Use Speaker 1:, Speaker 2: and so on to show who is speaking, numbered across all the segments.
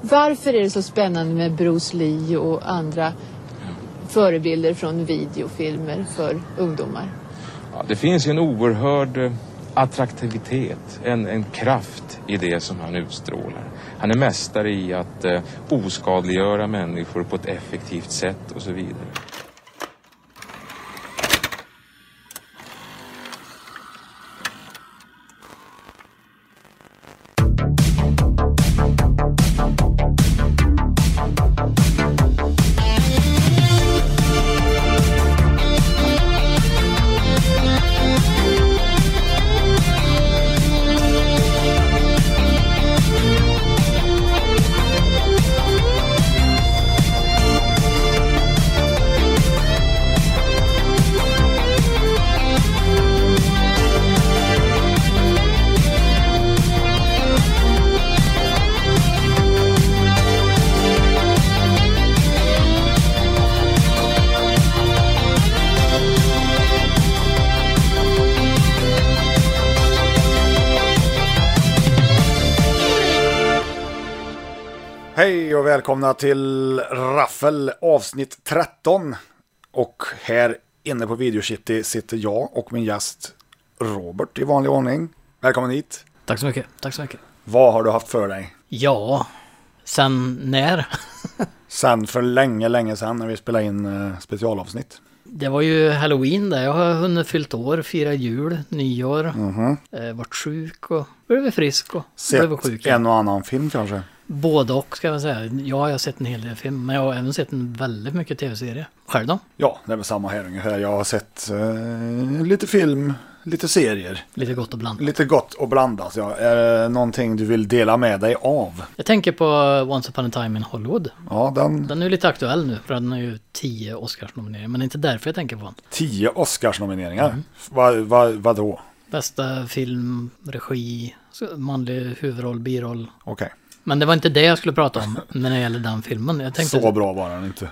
Speaker 1: Varför är det så spännande med Bruce Lee och andra förebilder från videofilmer för ungdomar?
Speaker 2: Ja, det finns ju en oerhörd eh, attraktivitet, en, en kraft i det som han utstrålar. Han är mästare i att eh, oskadliggöra människor på ett effektivt sätt och så vidare.
Speaker 3: Hej och välkomna till Raffel avsnitt 13. Och här inne på Videocity sitter jag och min gäst Robert i vanlig ordning. Välkommen hit.
Speaker 4: Tack så mycket, tack så mycket.
Speaker 3: Vad har du haft för dig?
Speaker 4: Ja, sen när?
Speaker 3: Sen för länge, länge sedan när vi spelade in eh, specialavsnitt.
Speaker 4: Det var ju halloween där, jag har hunnit fyllt år, fira jul, nyår, eh, varit sjuk och blivit frisk och blivit sjuk.
Speaker 3: Sett en och annan film kanske.
Speaker 4: Både och ska man säga. Ja, jag har sett en hel del film, men jag har även sett en väldigt mycket tv-serie. Själv då?
Speaker 3: Ja, det är väl samma här ungefär. Jag har sett eh, lite film, lite serier,
Speaker 4: Lite gott och blandat.
Speaker 3: lite gott och blandat. Ja. Är det någonting du vill dela med dig av?
Speaker 4: Jag tänker på Once upon a time in Hollywood.
Speaker 3: Ja, den
Speaker 4: Den är ju lite aktuell nu, för den har ju tio Oscarsnomineringar, men det är inte därför jag tänker på den.
Speaker 3: tio Oscarsnomineringar. Vad va, vadå?
Speaker 4: Bästa film, regi, manlig huvudroll, biroll.
Speaker 3: Okej.
Speaker 4: Men det var inte det jag skulle prata om när det gäller den filmen. Jag tänkte,
Speaker 3: Så bra var den inte.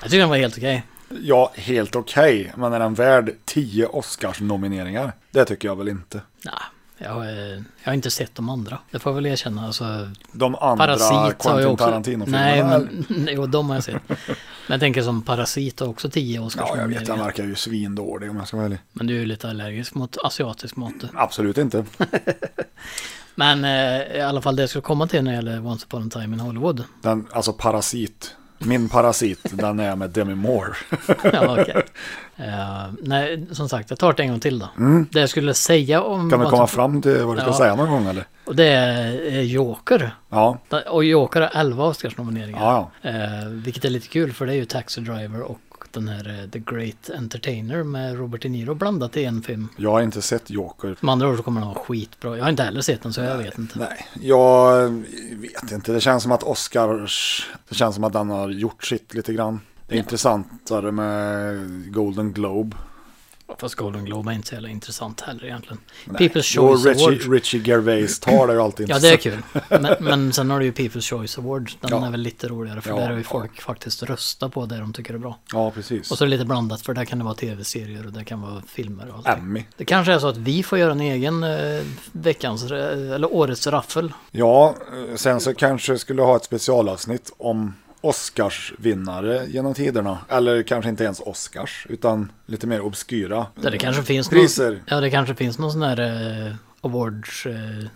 Speaker 4: jag tycker den var helt okej.
Speaker 3: Ja, helt okej. Men är den värd 10 Oscars-nomineringar? Det tycker jag väl inte.
Speaker 4: Nej, jag, eh, jag har inte sett de andra. Det får jag väl erkänna. Alltså,
Speaker 3: De andra
Speaker 4: Parasit har
Speaker 3: Quentin
Speaker 4: jag också.
Speaker 3: Tarantino-filmerna?
Speaker 4: Nej,
Speaker 3: eller?
Speaker 4: men jo, de har jag sett. Men jag tänker som Parasit har också
Speaker 3: Ja,
Speaker 4: tio
Speaker 3: jag vet. Den
Speaker 4: Oscarsnomineringar.
Speaker 3: verkar ju svindålig om jag ska vara ärlig.
Speaker 4: Men du är ju lite allergisk mot asiatisk mat. du.
Speaker 3: Absolut inte.
Speaker 4: Men eh, i alla fall det jag skulle komma till när det gäller Once upon a time in Hollywood.
Speaker 3: Den, alltså Parasit. Min parasit, den är med Demi Moore.
Speaker 4: Ja, okej. Eh, nej, som sagt, jag tar det en gång till då. Det jag skulle säga om...
Speaker 3: Mm. Kan du
Speaker 4: Once
Speaker 3: komma
Speaker 4: Upon-
Speaker 3: fram till vad du ska
Speaker 4: Ja.
Speaker 3: säga någon gång eller?
Speaker 4: Och det är eh, Joker.
Speaker 3: Ja,
Speaker 4: Och Joker har 11 Oscarsnomineringar.
Speaker 3: ja,
Speaker 4: Eh, vilket är lite kul för det är ju Taxi Driver och den här eh, The Great Entertainer med Robert De Niro blandat i en film.
Speaker 3: jag har inte sett Joker.
Speaker 4: Med andra ord så kommer den vara skitbra. Jag har inte heller sett den så jag vet inte.
Speaker 3: Nej, jag vet inte. Det känns som att Oscars, det känns som att den har gjort sitt lite grann. Det är intressantare med Golden Globe.
Speaker 4: Fast Golden Globe är inte så jävla intressant heller egentligen.
Speaker 3: Nej.
Speaker 4: People's
Speaker 3: Jo,
Speaker 4: Choice Awards.
Speaker 3: Richie, Richie Gervais tar det ju alltid
Speaker 4: Ja, det är kul. Men, men sen har du ju People's Choice Awards. Den
Speaker 3: Ja.
Speaker 4: är väl lite roligare för
Speaker 3: Ja,
Speaker 4: där har ju
Speaker 3: ja.
Speaker 4: folk faktiskt röstat på det de tycker är bra.
Speaker 3: Ja, precis.
Speaker 4: Och så är det lite blandat för där kan det vara tv-serier och där kan vara filmer och allting.
Speaker 3: Emmy.
Speaker 4: Det kanske är så att vi får göra en egen eh, veckans, eh, eller årets raffel.
Speaker 3: Ja, eh, sen så kanske skulle ha ett specialavsnitt om Oscarsvinnare genom tiderna. Eller kanske inte ens Oscars, utan lite mer obskyra.
Speaker 4: Där det kanske finns
Speaker 3: Mm. Priser.
Speaker 4: Någon, ja, det kanske finns någon sån här eh, awards... Eh,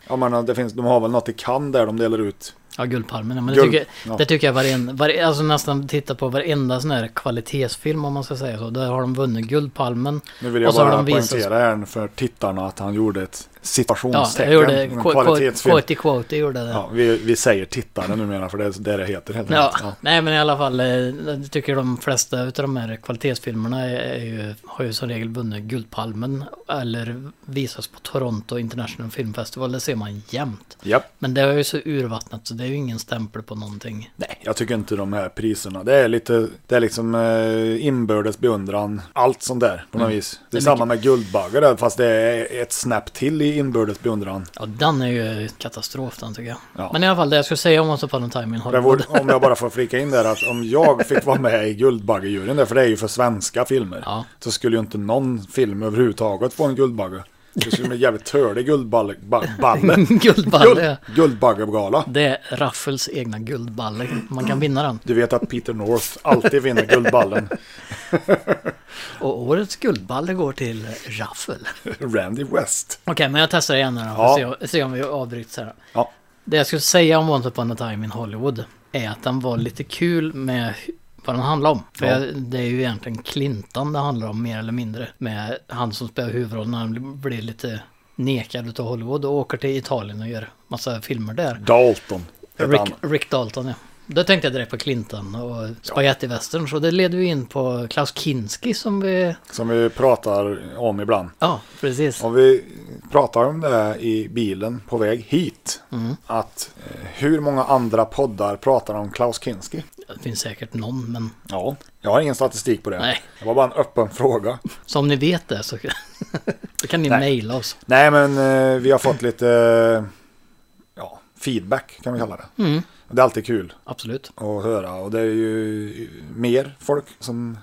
Speaker 3: Jag menar, det finns, de har väl något i Cannes där de delar ut.
Speaker 4: ja, Guldpalmen. ja, Men det,
Speaker 3: Guld,
Speaker 4: tycker,
Speaker 3: ja.
Speaker 4: det tycker jag varenda... Var, alltså nästan titta på varenda sån här kvalitetsfilm om man ska säga så. Där har de vunnit Guldpalmen.
Speaker 3: Nu vill jag
Speaker 4: och så har
Speaker 3: bara
Speaker 4: de visat-
Speaker 3: poängtera här för tittarna att han gjorde ett
Speaker 4: Ja,
Speaker 3: citationstecken.
Speaker 4: jag gjorde...
Speaker 3: en kvalitetsfilm.
Speaker 4: Quoty Quoty gjorde det.
Speaker 3: Ja, vi, vi säger tittare numera för det är det det heter helt
Speaker 4: Ja.
Speaker 3: enkelt. Ja.
Speaker 4: nej men i alla fall, eh, jag tycker de flesta av de här kvalitetsfilmerna är, är ju, har ju som regel vunnit Guldpalmen eller visas på Toronto International Film Festival, det ser man jämt.
Speaker 3: Japp.
Speaker 4: Men det är ju så urvattnat så det är ju ingen stämpel på någonting.
Speaker 3: Nej, jag tycker inte de här priserna. Det är lite, det är liksom eh, inbördes beundran. Allt sånt där på något vis. Det är,
Speaker 4: Mm. är
Speaker 3: samma med Guldbaggar där, fast det är ett snäpp till i inbördes beundran.
Speaker 4: Ja, den är ju katastrof den tycker jag.
Speaker 3: Ja.
Speaker 4: Men i alla fall det jag skulle säga om Once upon a time in
Speaker 3: Det
Speaker 4: Hollywood.
Speaker 3: vore, om jag bara får flika in där att om jag fick vara med i Guldbaggejuryn där, för det är ju för svenska filmer,
Speaker 4: Ja.
Speaker 3: så skulle ju inte någon film överhuvudtaget få en Guldbagge. Det skulle bli en jävligt törlig guldballe. Ba, balle.
Speaker 4: Guldballe.
Speaker 3: Guld, guldbaggegala.
Speaker 4: Det är Raffels egna guldballe. Man kan vinna den.
Speaker 3: Du vet att Peter North alltid vinner Guldballen.
Speaker 4: Och årets guldballe går till Raffel.
Speaker 3: Randy West.
Speaker 4: Okej, men jag testar igen här då.
Speaker 3: Ja.
Speaker 4: Ja. Se, se om vi avbryts här.
Speaker 3: Ja.
Speaker 4: Det jag skulle säga om Once upon a time in Hollywood är att den var lite kul med hu- vad den handlar om. För
Speaker 3: Ja.
Speaker 4: jag, det är ju egentligen Clinton det handlar om mer eller mindre. Med han som spelar huvudrollen, han bli- blir lite nekad utav Hollywood och åker till Italien och gör massa filmer där.
Speaker 3: Dalton. heter
Speaker 4: Rick,
Speaker 3: han.
Speaker 4: Rick Dalton ja. Då tänkte jag direkt på Clinton och spagettivästern. Så det leder ju in på Klaus Kinski som vi...
Speaker 3: Som vi pratar om ibland.
Speaker 4: Ja, precis.
Speaker 3: Om vi pratar om det här i bilen på väg hit.
Speaker 4: Mm.
Speaker 3: Att eh, hur många andra poddar pratar om Klaus Kinski?
Speaker 4: Det finns säkert någon, men
Speaker 3: Ja. Jag har ingen statistik på det.
Speaker 4: Nej.
Speaker 3: Det var bara en öppen fråga.
Speaker 4: som ni vet det så, så kan ni
Speaker 3: Nej.
Speaker 4: mejla oss.
Speaker 3: Nej, men eh, vi har fått lite eh, ja, feedback kan vi kalla det. Det är alltid kul
Speaker 4: Absolut.
Speaker 3: att höra och det är ju mer folk som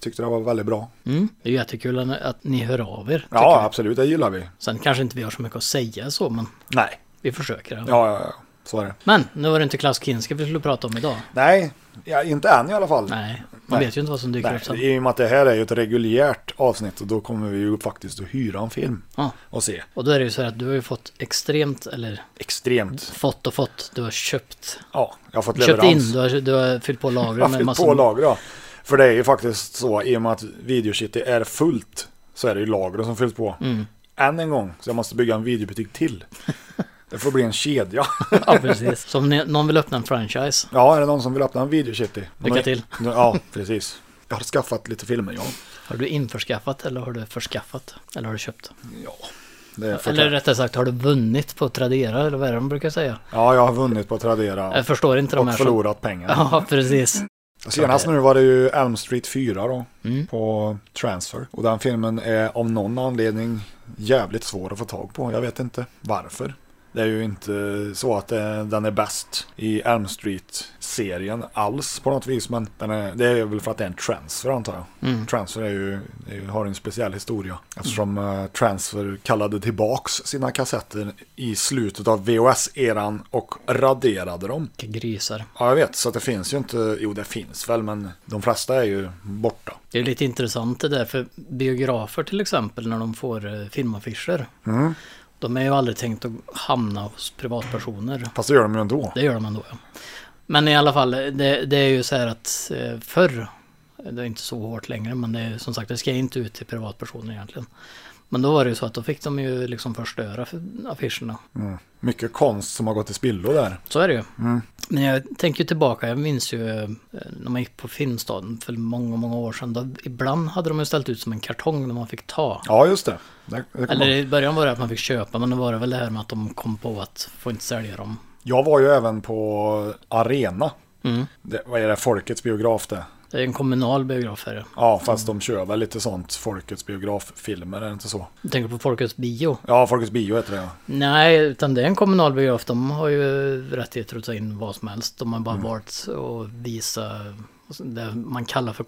Speaker 3: tyckte det var väldigt bra.
Speaker 4: Mm. Det är ju jättekul att ni hör av er. tycker
Speaker 3: Ja,
Speaker 4: jag.
Speaker 3: absolut, det gillar vi.
Speaker 4: Sen kanske inte vi har så mycket att säga så, men
Speaker 3: Nej.
Speaker 4: vi försöker. i alla fall.
Speaker 3: Ja, ja, ja. så är det.
Speaker 4: Men nu var det inte Klaus Kinski vi skulle prata om idag.
Speaker 3: Nej, ja, inte än i alla fall.
Speaker 4: Nej, man
Speaker 3: Nej.
Speaker 4: vet ju inte vad som dyker
Speaker 3: Nej,
Speaker 4: upp sen.
Speaker 3: I och med att det här är ju ett reguljärt avsnitt och då kommer vi ju faktiskt att hyra en film
Speaker 4: Ja.
Speaker 3: och se.
Speaker 4: Och då är det ju så här att du har ju fått extremt, eller
Speaker 3: Extremt.
Speaker 4: fått och fått, du har köpt.
Speaker 3: Ja, jag har fått
Speaker 4: Köpt
Speaker 3: leverans.
Speaker 4: in, du har, du har fyllt på
Speaker 3: Jag
Speaker 4: lagren
Speaker 3: har
Speaker 4: med
Speaker 3: fyllt
Speaker 4: massor.
Speaker 3: på lager ja. För det är ju faktiskt så, i och med att videocity är fullt så är det ju lagren som fylls på.
Speaker 4: Mm.
Speaker 3: Än en gång, så jag måste bygga en videobutik till. Det får bli en kedja.
Speaker 4: Ja, precis. Så om ni, någon vill öppna en franchise.
Speaker 3: Ja, är det någon som vill öppna en videocity?
Speaker 4: Lycka till.
Speaker 3: Ja, precis. Jag har skaffat lite filmer, ja.
Speaker 4: Har du införskaffat eller har du förskaffat? Eller har du köpt?
Speaker 3: ja det är
Speaker 4: Eller
Speaker 3: eller...
Speaker 4: rättare sagt, har du vunnit på Tradera eller vad är det de brukar säga?
Speaker 3: Ja, jag har vunnit på Tradera
Speaker 4: Jag förstår inte de
Speaker 3: och
Speaker 4: här
Speaker 3: förlorat pengar.
Speaker 4: Ja, precis.
Speaker 3: Senast nu var det ju Elm Street 4 då,
Speaker 4: Mm.
Speaker 3: på Transfer. Och den filmen är av någon anledning jävligt svår att få tag på. Jag vet inte varför. Det är ju inte så att eh, den är bäst i Elm Street-serien alls på något vis. Men den är, det är väl för att det är en transfer antar jag. Transfer är ju, är ju, har ju en speciell historia. Eftersom eh, Transfer kallade tillbaks sina kassetter i slutet av VHS-eran och raderade dem.
Speaker 4: Vilka grisar.
Speaker 3: Ja, jag vet. Så att det finns ju inte. Jo, det finns väl, men de flesta är ju borta.
Speaker 4: Det är lite intressant det där, för biografer till exempel när de får eh, filmaffischer. De är ju aldrig tänkt att hamna hos privatpersoner.
Speaker 3: Fast det gör de ju ändå.
Speaker 4: Det gör de ändå ja. Men i alla fall, eh, det, det är ju så här att eh, förr, det är inte så hårt längre, men det är ju som sagt, det ska inte ut till privatpersoner egentligen. Men då var det ju så att då fick de ju liksom förstöra f- affischerna.
Speaker 3: Mm. Mycket konst som har gått i spillo där.
Speaker 4: Så är det ju.
Speaker 3: Mm.
Speaker 4: Men jag tänker ju tillbaka, jag minns ju eh, när man gick på Filmstaden för många, många år sedan. Då, ibland hade de ju ställt ut som en kartong när man fick ta.
Speaker 3: Ja, just det. Där- där kom
Speaker 4: Eller
Speaker 3: de.
Speaker 4: i början var det att man fick köpa, men då var det väl det här med att de kom på att få inte sälja dem.
Speaker 3: Jag var ju även på Arena.
Speaker 4: Mm.
Speaker 3: Det, vad är det? Folkets biograf det.
Speaker 4: Det är en kommunal biograf här.
Speaker 3: Ja, fast de kör väl lite sånt. Folkets biograffilmer, är det inte så?
Speaker 4: Jag tänker på Folkets bio.
Speaker 3: Ja, Folkets bio heter det. ja.
Speaker 4: Nej, utan det är en kommunal biograf. De har ju rättigheter att ta in vad som helst. De har bara
Speaker 3: Mm.
Speaker 4: valt att visa det man kallar för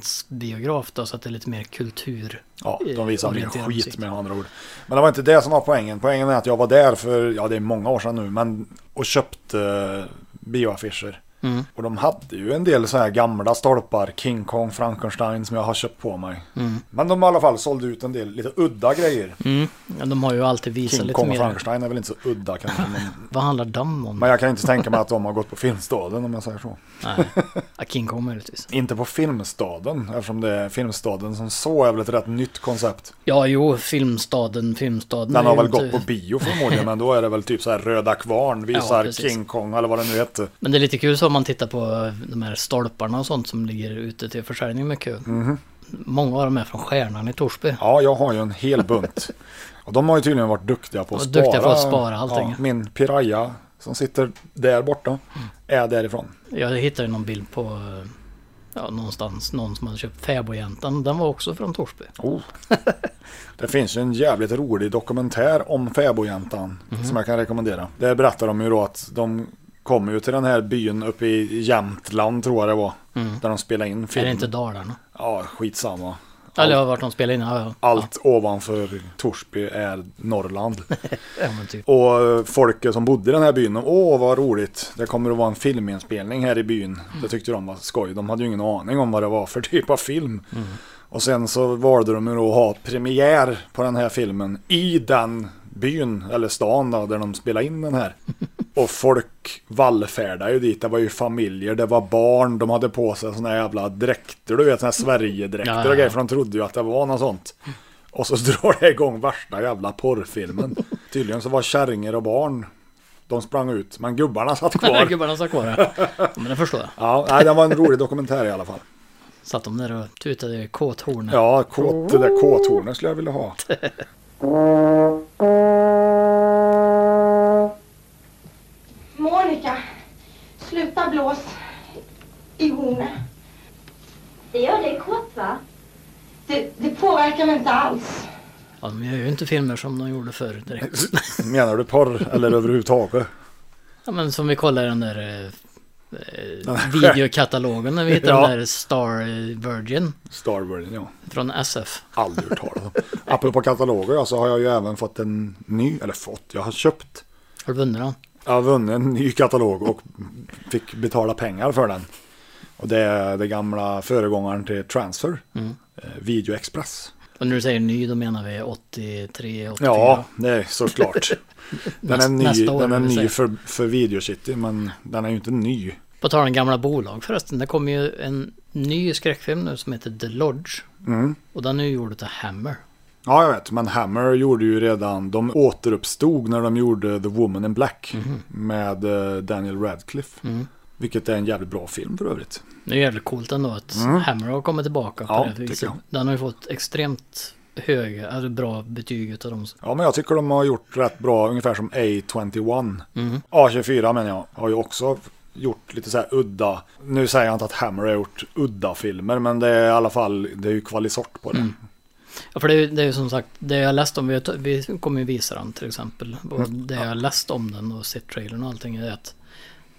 Speaker 4: komplementsbiograf då, så att det är lite mer kultur.
Speaker 3: Ja, de
Speaker 4: Eh,
Speaker 3: visar mer
Speaker 4: orienterad
Speaker 3: skit
Speaker 4: musik.
Speaker 3: med andra ord. Men det var inte det som var poängen. Poängen är att jag var där för, ja det är många år sedan nu, men och köpte eh, bioaffischer.
Speaker 4: Mm.
Speaker 3: Och de hade ju en del så här gamla stolpar, King Kong, Frankenstein som jag har köpt på mig. Men de i alla fall sålde ut en del lite udda grejer.
Speaker 4: Mm. Ja, De har ju alltid visat
Speaker 3: King
Speaker 4: lite
Speaker 3: Kong och
Speaker 4: mer.
Speaker 3: Frankenstein är väl inte så udda kanske. Men,
Speaker 4: Vad handlar damm om?
Speaker 3: men jag kan inte tänka mig att de har gått på Filmstaden om jag säger så.
Speaker 4: Nej, ja, King Kong möjligtvis.
Speaker 3: Inte på Filmstaden eftersom det är Filmstaden som så är väl ett rätt nytt koncept.
Speaker 4: Ja, jo, Filmstaden, Filmstaden.
Speaker 3: Den
Speaker 4: är
Speaker 3: har
Speaker 4: ju
Speaker 3: väl
Speaker 4: inte-
Speaker 3: gått på bio förmodligen, men då är det väl typ så här Röda Kvarn visar
Speaker 4: typ. Ja, precis.
Speaker 3: King Kong eller vad det nu heter.
Speaker 4: Men det är lite kul så om man tittar på de här stolparna och sånt som ligger ute till försäljning mycket.
Speaker 3: Mhm.
Speaker 4: Många av dem är från Stjärnan i Torsby.
Speaker 3: Ja, jag har ju en hel bunt. Och de har ju tydligen varit duktiga på att
Speaker 4: Och
Speaker 3: spara.
Speaker 4: duktiga på att spara allting. Mm.
Speaker 3: min Piraya som sitter där borta är därifrån.
Speaker 4: Jag hittade någon bild på eh, ja, någonstans, någon som hade köpt Fäbodjäntan. Den var också från Torsby.
Speaker 3: Oh. det finns ju en jävligt rolig dokumentär om fäbodjäntan
Speaker 4: Mhm.
Speaker 3: som jag kan rekommendera. Där berättar de ju då att de kommer ju till den här byn uppe i Jämtland tror jag det var. Där de spelade in
Speaker 4: Mm. Är
Speaker 3: film.
Speaker 4: det inte Dalarna?
Speaker 3: Ja, skitsamma.
Speaker 4: Eller vart de spelar in. Ja, ja.
Speaker 3: Allt ovanför Torsby är Norrland.
Speaker 4: Ja, men typ.
Speaker 3: Och eh, folket som bodde i den här byn, de, åh vad roligt, det kommer att vara en filminspelning här i byn.
Speaker 4: Mm.
Speaker 3: Det tyckte de var skoj, de hade ju ingen aning om vad det var för typ av film.
Speaker 4: Mm.
Speaker 3: Och sen så valde de ju då att ha premiär på den här filmen i den byn, eller stan då, där de spelade in den här. Och folk vallfärdade ju dit, det var ju familjer, det var barn, de hade på sig såna jävla dräkter, du vet såna här Sverigedräkter
Speaker 4: Ja, ja, ja.
Speaker 3: och grejer, för de trodde ju att det var något sånt. Och så drar det igång värsta jävla porrfilmen. Tydligen så var kärringar och barn, de sprang ut, men gubbarna satt
Speaker 4: Kvar.
Speaker 3: kvar.
Speaker 4: Gubbarna satt kvar här. Ja, Men det förstår jag.
Speaker 3: Ja, nej, det var en rolig dokumentär i alla fall.
Speaker 4: Satt de där och tutade i kåthornen.
Speaker 3: Ja, kåt, det där kåthornet skulle jag vilja ha.
Speaker 5: Monica, sluta blås i hornet. Det gör dig kåt, va? Det, det påverkar mig inte alls.
Speaker 4: Ja, de gör ju inte filmer som de gjorde förr direkt.
Speaker 3: Menar du porr eller överhuvudtaget?
Speaker 4: Ja, men som vi kollar i den där eh, eh, videokatalogen när vi hittar
Speaker 3: Ja.
Speaker 4: den där Star Virgin
Speaker 3: Starburden, ja.
Speaker 4: från SF.
Speaker 3: Aldrig hört talas om. Apropå kataloger ja, så har jag ju även fått en ny, eller fått, jag har köpt.
Speaker 4: Har du vunnit den?
Speaker 3: Jag har vunnit en ny katalog och fick betala pengar för den. Och det är det gamla föregångaren till Transfer,
Speaker 4: Mm.
Speaker 3: eh, Video Express.
Speaker 4: Och när du säger ny, då menar vi 83, 84.
Speaker 3: Ja, det är såklart. Den är
Speaker 4: Näst-
Speaker 3: ny,
Speaker 4: nästa år,
Speaker 3: den är
Speaker 4: vill
Speaker 3: ny
Speaker 4: säga.
Speaker 3: för, för Video City, men den är ju inte ny.
Speaker 4: På tal om gamla bolag förresten, det kommer ju en ny skräckfilm nu som heter The Lodge. Och den är ju gjord av Hammer.
Speaker 3: Mm. Ja, jag vet. Men Hammer gjorde ju redan... De återuppstod när de gjorde The Woman in Black
Speaker 4: Mhm.
Speaker 3: med eh, Daniel Radcliffe.
Speaker 4: Mm.
Speaker 3: Vilket är en jävligt bra film för övrigt.
Speaker 4: Det är ju jävligt coolt ändå att Hammer har kommit tillbaka på
Speaker 3: Mm. Ja,
Speaker 4: det
Speaker 3: tycker
Speaker 4: viset.
Speaker 3: jag.
Speaker 4: Den har ju fått extremt höga, eller bra betyg utav dem.
Speaker 3: Ja, men jag tycker de har gjort rätt bra, ungefär som A21. A24 menar jag, har ju också gjort lite så här udda. Nu säger jag inte att Hammer har gjort udda filmer, men det är i alla fall, det är ju kvalisort på det.
Speaker 4: Mm. Ja, för det är, ju- det är ju som sagt, det jag läst om, vi, har t- vi kommer ju visa den till exempel. Och
Speaker 3: Mm.
Speaker 4: det jag läst om den och sett trailern och allting är att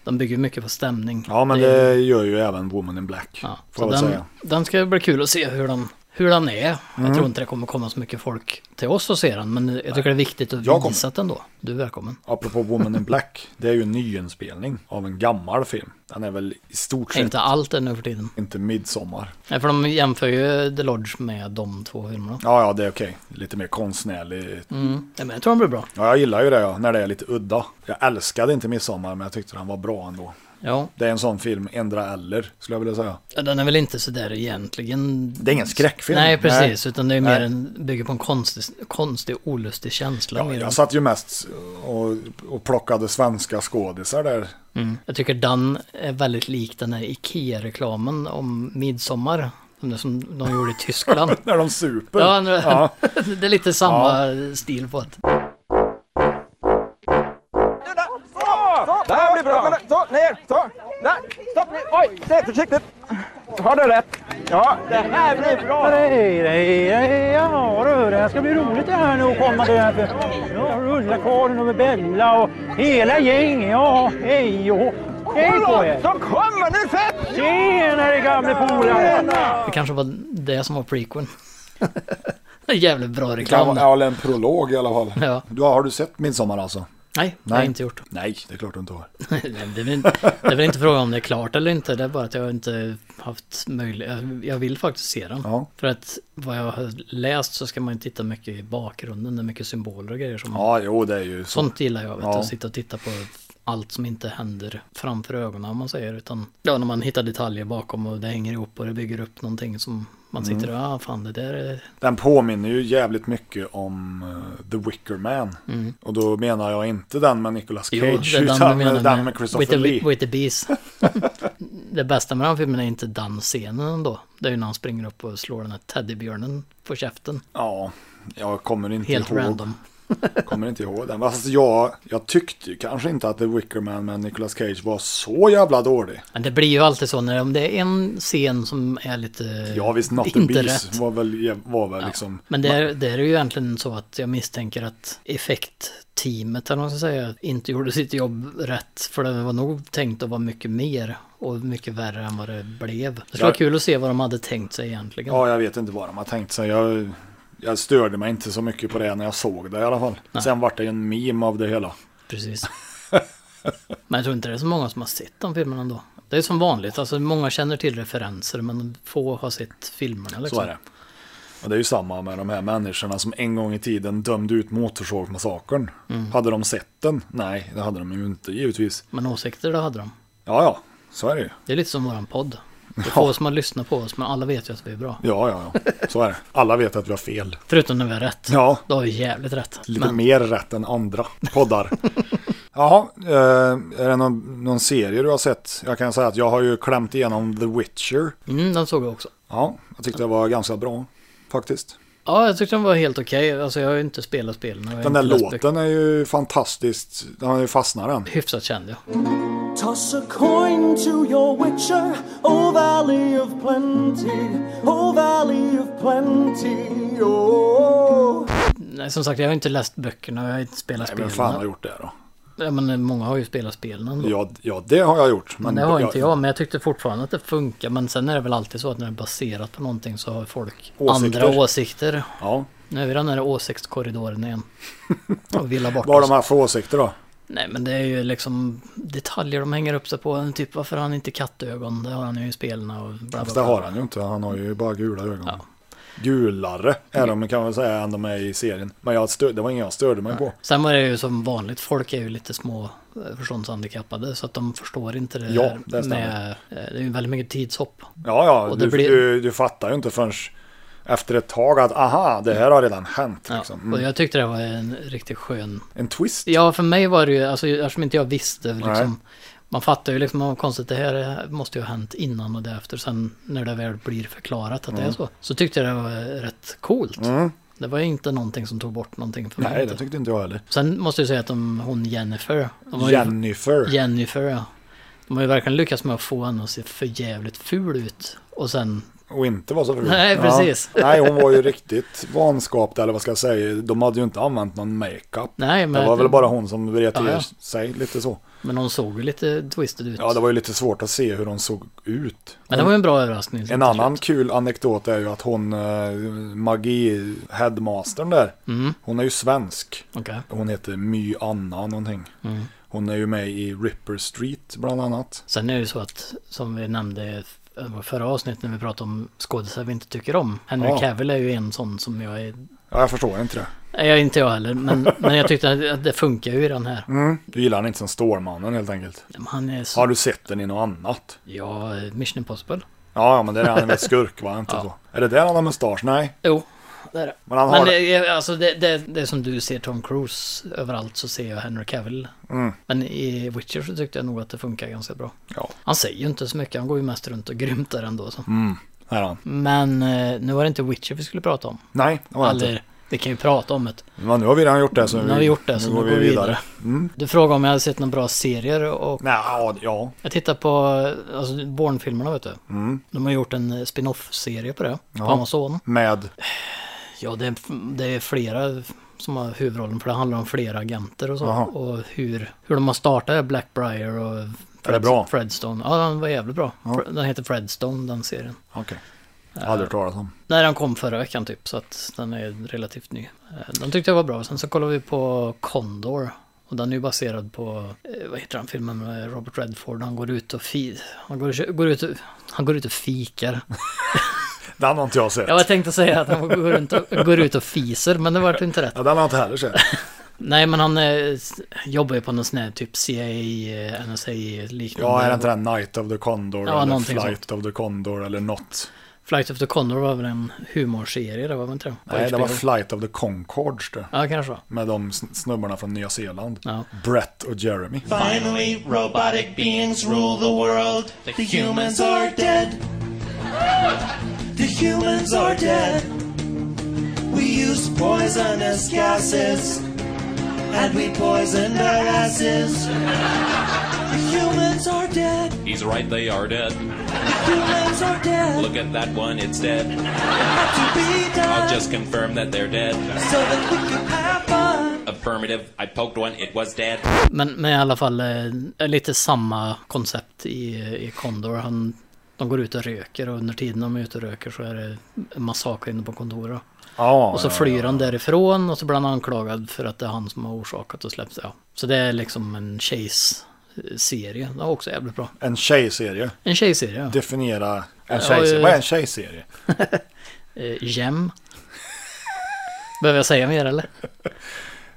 Speaker 4: den bygger mycket på stämning.
Speaker 3: Ja, men
Speaker 4: är-
Speaker 3: det gör ju även Woman in Black.
Speaker 4: Ja,
Speaker 3: får
Speaker 4: så
Speaker 3: jag väl
Speaker 4: den,
Speaker 3: säga. Mm.
Speaker 4: den ska bli kul att se hur den, hur den är. Jag tror inte det kommer komma så mycket folk till oss och se den, men jag tycker det är viktigt att
Speaker 3: Jag
Speaker 4: visa den då. Du är välkommen.
Speaker 3: Apropå Woman in Black, det är ju en nyinspelning av en gammal film. Den är väl i stort sett
Speaker 4: Inte allt är nu för tiden.
Speaker 3: Inte midsommar.
Speaker 4: Nej, för de jämför ju The Lodge med de två filmerna.
Speaker 3: Ja, ja, det är okej. Lite mer konstnärlig.
Speaker 4: Mm. Ja, men jag tror den blir bra.
Speaker 3: Ja, jag gillar ju det ja, när det är lite udda. Jag älskade inte midsommar, men jag tyckte den var bra ändå.
Speaker 4: Ja,
Speaker 3: Det är en sån film, ändra eller, skulle jag vilja säga.
Speaker 4: den är väl inte så där egentligen.
Speaker 3: Det är ingen skräckfilm.
Speaker 4: Nej, precis. Utan det är mer
Speaker 3: Nej.
Speaker 4: en, bygger på en konstig, konstig olustig känsla.
Speaker 3: Ja,
Speaker 4: mer än-
Speaker 3: jag satt ju mest och, och plockade svenska skådisar där.
Speaker 4: Jag tycker den är väldigt lik den här IKEA-reklamen om midsommar. Den där Som de gjorde i Tyskland.
Speaker 3: När de super.
Speaker 4: Ja, nu,
Speaker 3: Ja.
Speaker 4: det är lite samma stil på det.
Speaker 6: Så, där blir bra. Så, ner, så. Där, stopp ner. Oj, se försiktigt. Har du rätt? Ja, det här blir bra.
Speaker 7: Hej, hej, hej, ja du, det här ska bli roligt det här nu att komma till den här ja, Ulla-Karin och Bella och hela gänget, ja, hej och hå. Hej på er!
Speaker 6: Så kommer nu fett!
Speaker 7: Tjenare gamle polare!
Speaker 4: Det kanske var det som var prequeln. Jävligt bra
Speaker 3: Kan
Speaker 4: reklam.
Speaker 3: vara, ja, eller en prolog i alla fall.
Speaker 4: Ja.
Speaker 3: Du, har du sett Midsommar alltså?
Speaker 4: Nej, det har
Speaker 3: Nej.
Speaker 4: jag inte gjort.
Speaker 3: Nej, det är klart du inte har.
Speaker 4: det, är väl, inte- det är väl inte fråga om det är klart eller inte. Det är bara att jag inte haft möjlighet. Jag, jag vill faktiskt se den.
Speaker 3: Ja.
Speaker 4: För att vad jag har läst så ska man ju titta mycket i bakgrunden. Det är mycket symboler och grejer som...
Speaker 3: Ja, jo, det är ju så.
Speaker 4: Sånt gillar jag, vet du,
Speaker 3: Ja.
Speaker 4: att sitta och titta på allt som inte händer framför ögonen om man säger. Utan ja, när man hittar detaljer bakom och det hänger ihop och det bygger upp någonting som man sitter
Speaker 3: Mm.
Speaker 4: och, ah fan det där är...
Speaker 3: Den påminner ju jävligt mycket om eh, The Wicker Man. Och då menar jag inte den med Nicolas
Speaker 4: Mm. Jo,
Speaker 3: Cage,
Speaker 4: det är
Speaker 3: utan
Speaker 4: den du
Speaker 3: den med,
Speaker 4: menar
Speaker 3: den
Speaker 4: med
Speaker 3: med
Speaker 4: with the,
Speaker 3: Christopher Lee.
Speaker 4: With the Bees. det bästa med den filmen är inte den scenen ändå. Det är ju när han springer upp och slår den här teddybjörnen på käften.
Speaker 3: Ja, jag kommer inte
Speaker 4: Helt
Speaker 3: ihåg.
Speaker 4: random.
Speaker 3: Kommer inte ihåg den. Alltså jag, jag tyckte ju kanske inte att The Wicker Man med Nicolas Cage var så jävla dålig.
Speaker 4: Men det blir ju alltid så när om det är en scen som är lite...
Speaker 3: Ja visst, Not the
Speaker 4: inte
Speaker 3: Beast
Speaker 4: rätt.
Speaker 3: var väl, var väl liksom...
Speaker 4: Men det är, det är ju egentligen så att jag misstänker att effektteamet, eller vad man ska säga, inte gjorde sitt jobb rätt. För det var nog tänkt att vara mycket mer och mycket värre än vad det blev. Det skulle
Speaker 3: Ja.
Speaker 4: vara kul att se vad de hade tänkt sig egentligen.
Speaker 3: Ja, jag vet inte vad de har tänkt sig. Jag, jag störde mig inte så mycket på det när jag såg det i alla fall. Sen vart det ju en meme av det hela.
Speaker 4: Precis. Men jag tror inte det är så många som har sett de filmerna ändå. Det är som vanligt, alltså många känner till referenser men få har sett filmerna. Liksom.
Speaker 3: Så är det. Och det är ju samma med de här människorna som en gång i tiden dömde ut Motorsågsmassakern.
Speaker 4: Mm.
Speaker 3: Hade de sett den? Nej, det hade de ju inte givetvis.
Speaker 4: Men åsikter det hade de.
Speaker 3: Ja, ja, så är det ju.
Speaker 4: Det är lite som våran podd. Det är få som har lyssnat på oss men alla vet ju att vi är bra.
Speaker 3: Ja, ja, ja, så är det. Alla vet att vi har fel.
Speaker 4: Förutom när vi har rätt.
Speaker 3: Ja,
Speaker 4: Då har vi jävligt rätt.
Speaker 3: lite
Speaker 4: Men
Speaker 3: mer rätt än andra poddar. Jaha, eh, är det någon, någon serie du har sett? Jag kan säga att jag har ju klämt igenom The Witcher.
Speaker 4: mm, den såg jag också.
Speaker 3: Ja, jag tyckte det var ganska bra faktiskt.
Speaker 4: Ja, jag tyckte den var helt okej. Alltså jag har ju inte spelat spelen. och jag har
Speaker 3: Den där
Speaker 4: inte läst böcker.
Speaker 3: låten är ju fantastiskt, den har ju fastnat den.
Speaker 4: Hyfsat känd ja.
Speaker 8: Toss a coin to your witcher, O Valley of Plenty, O Valley of Plenty, oh.
Speaker 4: Nej, Som sagt, jag har inte läst böckerna och jag har inte spelat
Speaker 3: Nej,
Speaker 4: spelen.
Speaker 3: vem fan har gjort det då?
Speaker 4: Ja, men många har ju spelat spelen ändå.
Speaker 3: Ja, ja, det har jag gjort. Men
Speaker 4: Det har inte jag, men jag tyckte fortfarande att det funkar. Men sen är det väl alltid så att när det är baserat på någonting så har folk
Speaker 3: Åsikter.
Speaker 4: andra åsikter.
Speaker 3: Ja.
Speaker 4: Nu är vi i den här åsiktskorridoren igen. Och villar bort
Speaker 3: Vad har
Speaker 4: oss.
Speaker 3: de här för åsikter då?
Speaker 4: Nej men det är ju liksom detaljer de hänger upp sig på. Typ varför har han inte kattögon? Det har han ju i spelen och bla, bla,
Speaker 3: Fast det
Speaker 4: bla.
Speaker 3: har han ju inte, han har ju bara gula ögon. Gulare är de kan man säga än de är i serien. Men jag stö- det var ingen jag störde mig på.
Speaker 4: Sen var det ju som vanligt, folk är ju lite små eh, förståndshandikappade så att de förstår inte det
Speaker 3: Ja,
Speaker 4: här
Speaker 3: det stämmer.
Speaker 4: med... eh, Det är ju väldigt mycket tidshopp.
Speaker 3: Ja, ja,
Speaker 4: Och det
Speaker 3: du,
Speaker 4: blir-
Speaker 3: du, du fattar ju inte förrän efter ett tag att aha, det här har redan hänt.
Speaker 4: Ja.
Speaker 3: Liksom. Mm.
Speaker 4: Och jag tyckte det var en riktigt skön
Speaker 3: En twist.
Speaker 4: Ja, för mig var det ju, alltså eftersom inte jag visste
Speaker 3: Nej.
Speaker 4: liksom. Man fattar ju liksom, vad konstigt, det här måste ju ha hänt innan och därefter. Sen när det väl blir förklarat att
Speaker 3: Mm.
Speaker 4: det är så. Så tyckte jag det var rätt coolt. Det var ju inte någonting som tog bort någonting för mig.
Speaker 3: Nej, det tyckte inte jag heller.
Speaker 4: Sen måste jag säga att de, hon Jennifer. De har ju,
Speaker 3: Jennifer.
Speaker 4: Jennifer, ja. De har ju verkligen lyckats med att få henne att se för jävligt ful ut. Och sen,
Speaker 3: Och inte var så ful.
Speaker 4: Nej, precis.
Speaker 3: Ja. Nej, hon var ju riktigt vanskapt, eller vad ska jag säga. De hade ju inte använt någon makeup.
Speaker 4: nej men,
Speaker 3: Det var väl bara hon som vred till
Speaker 4: Ja, ja.
Speaker 3: sig lite så.
Speaker 4: men hon såg ju lite twisted ut.
Speaker 3: Ja, det var ju lite svårt att se hur hon såg ut.
Speaker 4: Men det var ju en bra överraskning.
Speaker 3: En annan kul anekdot är ju att hon, eh, magi-headmastern där,
Speaker 4: Mm.
Speaker 3: hon är ju svensk.
Speaker 4: Okej.
Speaker 3: Hon heter My Anna någonting.
Speaker 4: Mm.
Speaker 3: Hon är ju med i Ripper Street bland annat.
Speaker 4: Sen är det ju så att, som vi nämnde i förra avsnittet när vi pratade om skådisar vi inte tycker om. Henry
Speaker 3: Ja.
Speaker 4: Cavill är ju en sån som jag är...
Speaker 3: Ja, jag förstår inte det.
Speaker 4: Nej, jag är inte jag heller, men, men jag tyckte att- att det funkar ju i den här.
Speaker 3: Du gillar henne inte som Stålmannen helt enkelt.
Speaker 4: Men Han är så...
Speaker 3: Mm. Har du sett den i något annat?
Speaker 4: Ja, Mission Impossible.
Speaker 3: Ja, ja, men det är han med skurk va? Inte så. Är det där han har mustasch? Nej.
Speaker 4: Jo, det är det.
Speaker 3: Men han
Speaker 4: Men
Speaker 3: har det.
Speaker 4: det, är- alltså det, det, det är som du ser Tom Cruise överallt så ser jag Henry Cavill. Men i Witcher så tyckte jag nog att det funkar ganska bra.
Speaker 3: Mm. Ja, Mm.
Speaker 4: Han säger ju inte så mycket, han går ju mest runt och grymtar ändå. Så.
Speaker 3: här är han.
Speaker 4: Men eh, nu var det inte Witcher vi skulle prata om.
Speaker 3: Nej, det var det inte.
Speaker 4: Eller, vi kan ju prata om det.
Speaker 3: Men nu har vi redan gjort det så
Speaker 4: Nu har vi gjort det, så nu går vi vidare. Mm. Du frågade om jag hade sett några bra serier och
Speaker 3: Nej, ja, ja.
Speaker 4: jag tittar på alltså, Bourne-filmerna vet du. De har gjort en eh, spin-off-serie på det, på Amazon.
Speaker 3: Med,
Speaker 4: Ja, det är, det är flera som har huvudrollen för det handlar om flera agenter och så.
Speaker 3: Jaha.
Speaker 4: Och hur, hur de har startat Blackbriar och Fred,
Speaker 3: det bra?
Speaker 4: Fredstone. Ja, den var jävligt bra. Fre- Den heter Fredstone, den serien.
Speaker 3: okej. Aldrig hört talas om.
Speaker 4: Nej, den kom förra veckan typ, så att den är relativt ny. Eh, Den tyckte jag var bra. Sen så kollade vi på Condor. Och den är ju baserad på, eh, vad heter den filmen med Robert Redford? Han går ut och fi... Han går, och kö- går ut och... Han går ut och fikar.
Speaker 3: Den har inte jag sett.
Speaker 4: Ja, Jag tänkte säga att han går, runt och, går ut och fiser, men det vart inte rätt.
Speaker 3: Ja, den har jag inte heller sett.
Speaker 4: Nej, men han eh, s- jobbar ju på någon sån här typ CIA, eh, NSA liknande.
Speaker 3: Ja, är det inte den Night of the Condor
Speaker 4: Ja,
Speaker 3: eller
Speaker 4: någonting
Speaker 3: Flight of the Condor eller något?
Speaker 4: Flight of the Condor var väl en humorserie, det var väl inte det? På
Speaker 3: Nej, det var
Speaker 4: HBO.
Speaker 3: Flight of the Concords det.
Speaker 4: Ja, kanske var.
Speaker 3: Med de sn- snubbarna från Nya Zeeland.
Speaker 4: Ja.
Speaker 3: Brett och Jeremy.
Speaker 8: Finally, robotic beings rule the world. The, humans are dead. The humans are dead. We use poisonous gases Had we poisoned our asses? Humans are dead.
Speaker 9: He's right, they are dead.
Speaker 8: Humans are dead.
Speaker 9: Look at that one, it's dead.
Speaker 8: Had to be done
Speaker 9: I'll just confirm that they're dead.
Speaker 8: so that we could have fun.
Speaker 9: Affirmative, I poked one, it was dead.
Speaker 4: Men, men i alla fall eh, lite samma koncept i, i Condor. Han, de går ut och röker och under tiden de är ute och röker så är det en massaker inne på kontoret.
Speaker 3: Ja,
Speaker 4: Och så flyr han därifrån och så blir han anklagad för att det är han som har orsakat och släpps. Ja. Så det är liksom en chase-serie. Det är också jävligt bra.
Speaker 3: en tjejserie.
Speaker 4: En tjejserie, ja.
Speaker 3: Definiera en tjejserie.
Speaker 4: eh,
Speaker 3: Vad är en tjejserie?
Speaker 4: Eh, Gem. Behöver jag säga mer eller?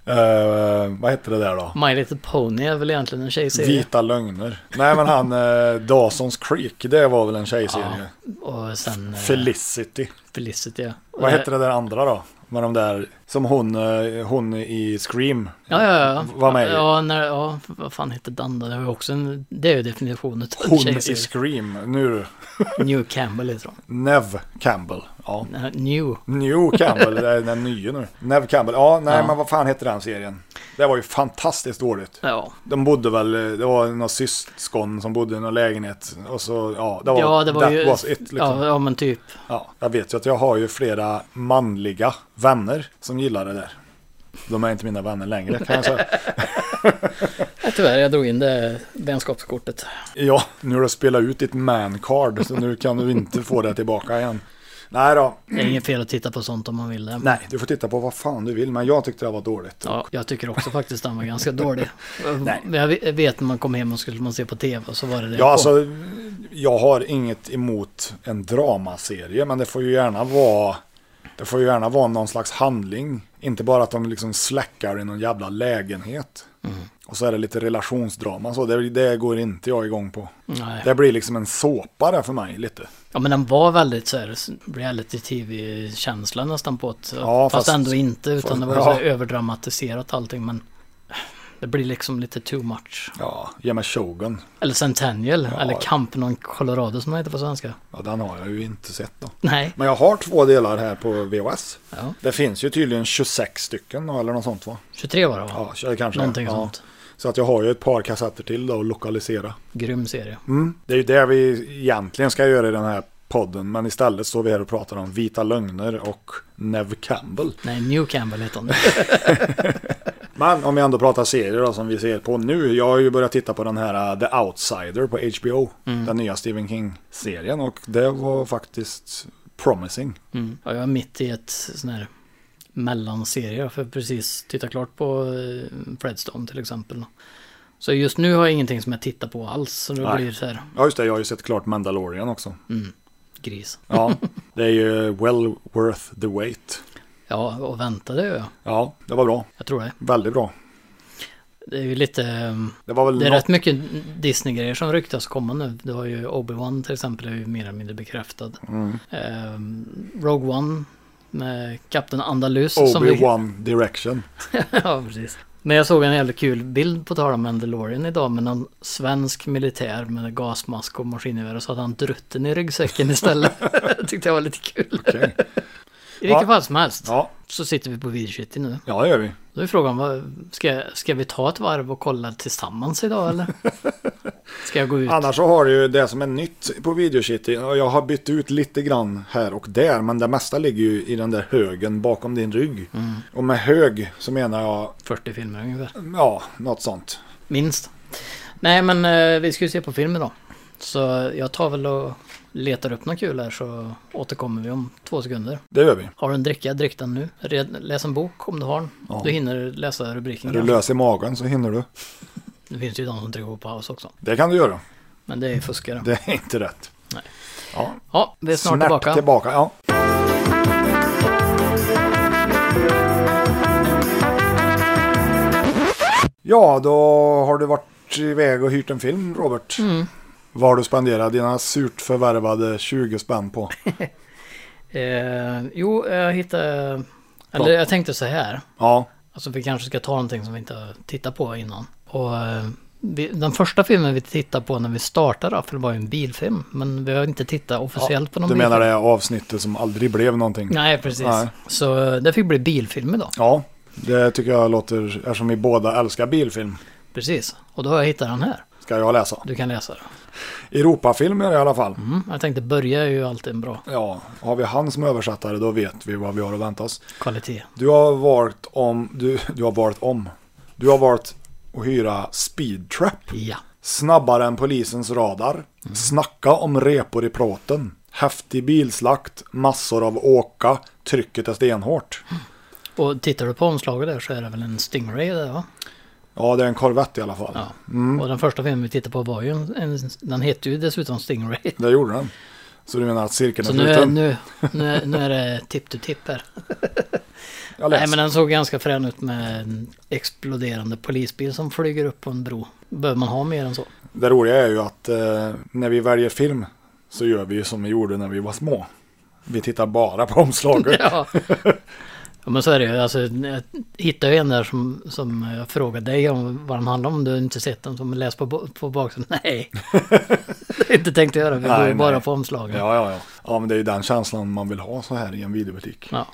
Speaker 3: Eh, vad heter det där då?
Speaker 4: My Little Pony är väl egentligen en tjejserie.
Speaker 3: Vita lögner. Nej men han eh, Dawson's Creek, det var väl en tjejserie.
Speaker 4: Och sen eh,
Speaker 3: Felicity.
Speaker 4: Felicity. ja. Och
Speaker 3: Vad
Speaker 4: det-
Speaker 3: hette det där andra då? Med de där, som hon, eh, hon i Scream.
Speaker 4: Ja, ja, ja.
Speaker 3: Var med i.
Speaker 4: Ja, när, ja, vad fan hette Dan då? Det var ju också en, det är ju definitionen av en
Speaker 3: Hon i
Speaker 4: tjejserie.
Speaker 3: Scream. Nu,
Speaker 4: New Campbell heter hon.
Speaker 3: Nev Campbell. Ja.
Speaker 4: Nej, New.
Speaker 3: New Campbell, det är den nya nu. Nev Campbell, ja nej
Speaker 4: Ja.
Speaker 3: men vad fan hette den serien? Det var ju fantastiskt dåligt.
Speaker 4: Ja.
Speaker 3: De bodde väl, det var några syskon som bodde i någon lägenhet. Och så, ja, det var,
Speaker 4: ja, det var
Speaker 3: that
Speaker 4: ju...
Speaker 3: was it liksom.
Speaker 4: ja, ja, men typ.
Speaker 3: Ja, jag vet ju att jag har ju flera manliga vänner som gillar det där. De är inte mina vänner längre kan jag säga.
Speaker 4: Ja, tyvärr, jag drog in det vänskapskortet.
Speaker 3: Ja, nu har du spelat ut ditt man-card så nu kan du inte få det tillbaka igen. Nej då,
Speaker 4: Det är inget fel att titta på sånt om man vill det.
Speaker 3: nej, du får titta på vad fan du vill men jag tyckte det var dåligt.
Speaker 4: Ja, jag tycker också faktiskt den var ganska dålig. Men Jag vet när man kom hem och skulle man se på tv och så var det det.
Speaker 3: Ja, alltså, jag har inget emot en dramaserie men det får ju gärna vara det får ju gärna vara någon slags handling. Inte bara att de liksom släckar i någon jävla lägenhet.
Speaker 4: Mm.
Speaker 3: Och så är det lite relationsdrama så. Det, det går inte jag igång på.
Speaker 4: Nej.
Speaker 3: Det blir liksom en såpa där för mig lite.
Speaker 4: Ja men den var väldigt så här reality-tv-känsla nästan på ett...
Speaker 3: Ja,
Speaker 4: fast,
Speaker 3: fast-
Speaker 4: ändå inte utan
Speaker 3: fast-
Speaker 4: det var så
Speaker 3: ja.
Speaker 4: här överdramatiserat allting men... Det blir liksom lite too much.
Speaker 3: Ja, ge mig Shogun.
Speaker 4: Eller Centennial, eller Camp någon Colorado som den heter på svenska.
Speaker 3: Ja, den har jag ju inte sett då.
Speaker 4: Nej.
Speaker 3: Men jag har två delar här på VHS.
Speaker 4: Ja.
Speaker 3: Det finns ju tydligen 26 stycken eller något sånt va?
Speaker 4: 23 var det va?
Speaker 3: Ja, eller kanske.
Speaker 4: Någonting
Speaker 3: ja.
Speaker 4: sånt.
Speaker 3: Så att jag har ju ett par kassetter till då att lokalisera. Mm.
Speaker 4: Grym serie.
Speaker 3: Det är ju det vi egentligen ska göra i den här podden. Men istället står vi här och pratar om Vita Lögner och Nev Campbell.
Speaker 4: Nej, New Campbell heter hon.
Speaker 3: Men om vi ändå pratar serier då, som vi ser på nu. Jag har ju börjat titta på den här uh, The Outsider på HBO.
Speaker 4: Mm.
Speaker 3: Den nya Stephen King-serien. Och det var faktiskt promising.
Speaker 4: Mm. Ja, jag är mitt i ett sån här mellanserie. För precis titta klart på eh, Fredstone till exempel. Så just nu har jag ingenting som jag tittar på alls. Så det
Speaker 3: Nej.
Speaker 4: blir så här
Speaker 3: Ja just det, jag har ju sett klart Mandalorian också.
Speaker 4: gris.
Speaker 3: Ja, det är ju well worth the wait.
Speaker 4: Ja, och vänta det gör jag.
Speaker 3: Ja, det var bra.
Speaker 4: Jag tror det.
Speaker 3: Väldigt bra.
Speaker 4: Det är ju lite... ehm,
Speaker 3: Det var väl
Speaker 4: Det är
Speaker 3: något...
Speaker 4: rätt mycket Disney-grejer som ryktas komma nu. Det har ju Obi-Wan till exempel är ju mer eller mindre bekräftad.
Speaker 3: Mm.
Speaker 4: Ehm, Rogue One med Kapten Andalus. som vi-
Speaker 3: Obi-Wan Direction.
Speaker 4: ja, precis. Men jag såg en jävligt kul bild på tal om Mandalorian idag med någon svensk militär med gasmask och maskingevär och så hade han drutten i ryggsäcken istället. Tyckte jag var lite kul.
Speaker 3: Okej.
Speaker 4: I vilket
Speaker 3: Ja.
Speaker 4: fall som helst
Speaker 3: Ja,
Speaker 4: så sitter vi på Videocity nu.
Speaker 3: ja det gör vi.
Speaker 4: Då är frågan, vad, ska, ska vi ta ett varv och kolla tillsammans idag eller? Ska jag gå ut?
Speaker 3: Annars så har du ju det som är nytt på Videocity. Och jag har bytt ut lite grann här och där. Men det mesta ligger ju i den där högen bakom din rygg. Och med hög så menar jag,
Speaker 4: 40 filmer ungefär.
Speaker 3: ja, något sånt.
Speaker 4: Minst. Nej men eh, vi ska ju se på film idag. Så jag tar väl och letar upp något kul här så återkommer vi om två sekunder.
Speaker 3: Det gör vi.
Speaker 4: Har du en dricka, drick den nu. Red, läs en bok om du har den. Du hinner läsa rubriken.
Speaker 3: Är du
Speaker 4: kanske.
Speaker 3: lös i magen så hinner du.
Speaker 4: Det finns ju de som trycker på paus också.
Speaker 3: Det kan du göra.
Speaker 4: Men det är ju fuskare.
Speaker 3: Mm. Det är inte rätt.
Speaker 4: Nej.
Speaker 3: Ja.
Speaker 4: Ja, vi är snart tillbaka.
Speaker 3: tillbaka. Ja. Ja, då har du varit iväg och hyrt en film, Robert.
Speaker 4: Mm.
Speaker 3: Vad har du spenderat dina surt förvärvade 20 spänn på?
Speaker 4: Eh, jo, jag hittade... Eller jag tänkte så här.
Speaker 3: Ja,
Speaker 4: Alltså vi kanske ska ta någonting som vi inte har tittat på innan. Och eh, vi, den första filmen vi tittade på när vi startade Raffel var ju en bilfilm. Men vi har inte tittat officiellt på någon
Speaker 3: du
Speaker 4: bilfilm.
Speaker 3: menar det avsnittet som aldrig blev någonting?
Speaker 4: Nej, precis.
Speaker 3: Nej.
Speaker 4: Så eh, det fick bli bilfilm idag.
Speaker 3: Ja, Det tycker jag låter, eftersom vi båda älskar bilfilm,
Speaker 4: Precis, och då har jag hittat den här.
Speaker 3: ska jag läsa.
Speaker 4: Du kan läsa den.
Speaker 3: Europafilmer i alla fall.
Speaker 4: Mm, jag tänkte börja är ju alltid en bra
Speaker 3: Ja, har vi han som översättare då vet vi vad vi har att vänta oss.
Speaker 4: kvalitet.
Speaker 3: Du har valt om, du, du har valt om. Du har valt att hyra Speed Trap.
Speaker 4: Ja,
Speaker 3: Snabbare än polisens radar.
Speaker 4: Mm.
Speaker 3: Snacka om repor i plåten. Häftig bilslakt, massor av åka, trycket är stenhårt.
Speaker 4: och tittar du på omslaget där så är det väl en Stingray där va?
Speaker 3: Ja, det är en Corvette i alla fall.
Speaker 4: Ja.
Speaker 3: Mm.
Speaker 4: Och den första filmen vi tittade på var ju en, en den hette ju dessutom Stingray.
Speaker 3: Det gjorde den. Så du menar att cirkeln
Speaker 4: Så
Speaker 3: är
Speaker 4: nu är,
Speaker 3: sluten?
Speaker 4: nu, nu, är- nu är det tipp to tipp här.
Speaker 3: Jag
Speaker 4: Nej men
Speaker 3: läser.
Speaker 4: den såg ganska frän ut med en exploderande polisbil som flyger upp på en bro. Behöver man ha mer än så?
Speaker 3: Det roliga är ju att eh, när vi väljer film så gör vi ju som vi gjorde när vi var små. Vi tittar bara på omslaget.
Speaker 4: Ja. ja men så är det ju. Alltså, jag hittade ju en där som, som jag frågade dig om vad den handlar om. Du har inte sett den. Som läst på, bo- på baksidan. Nej. det är inte tänkt att göra. Vi går
Speaker 3: Nej,
Speaker 4: ju bara
Speaker 3: nej.
Speaker 4: på omslagen.
Speaker 3: Ja, ja, ja. Ja, men det är ju den känslan man vill ha så här i en videobutik.
Speaker 4: Ja.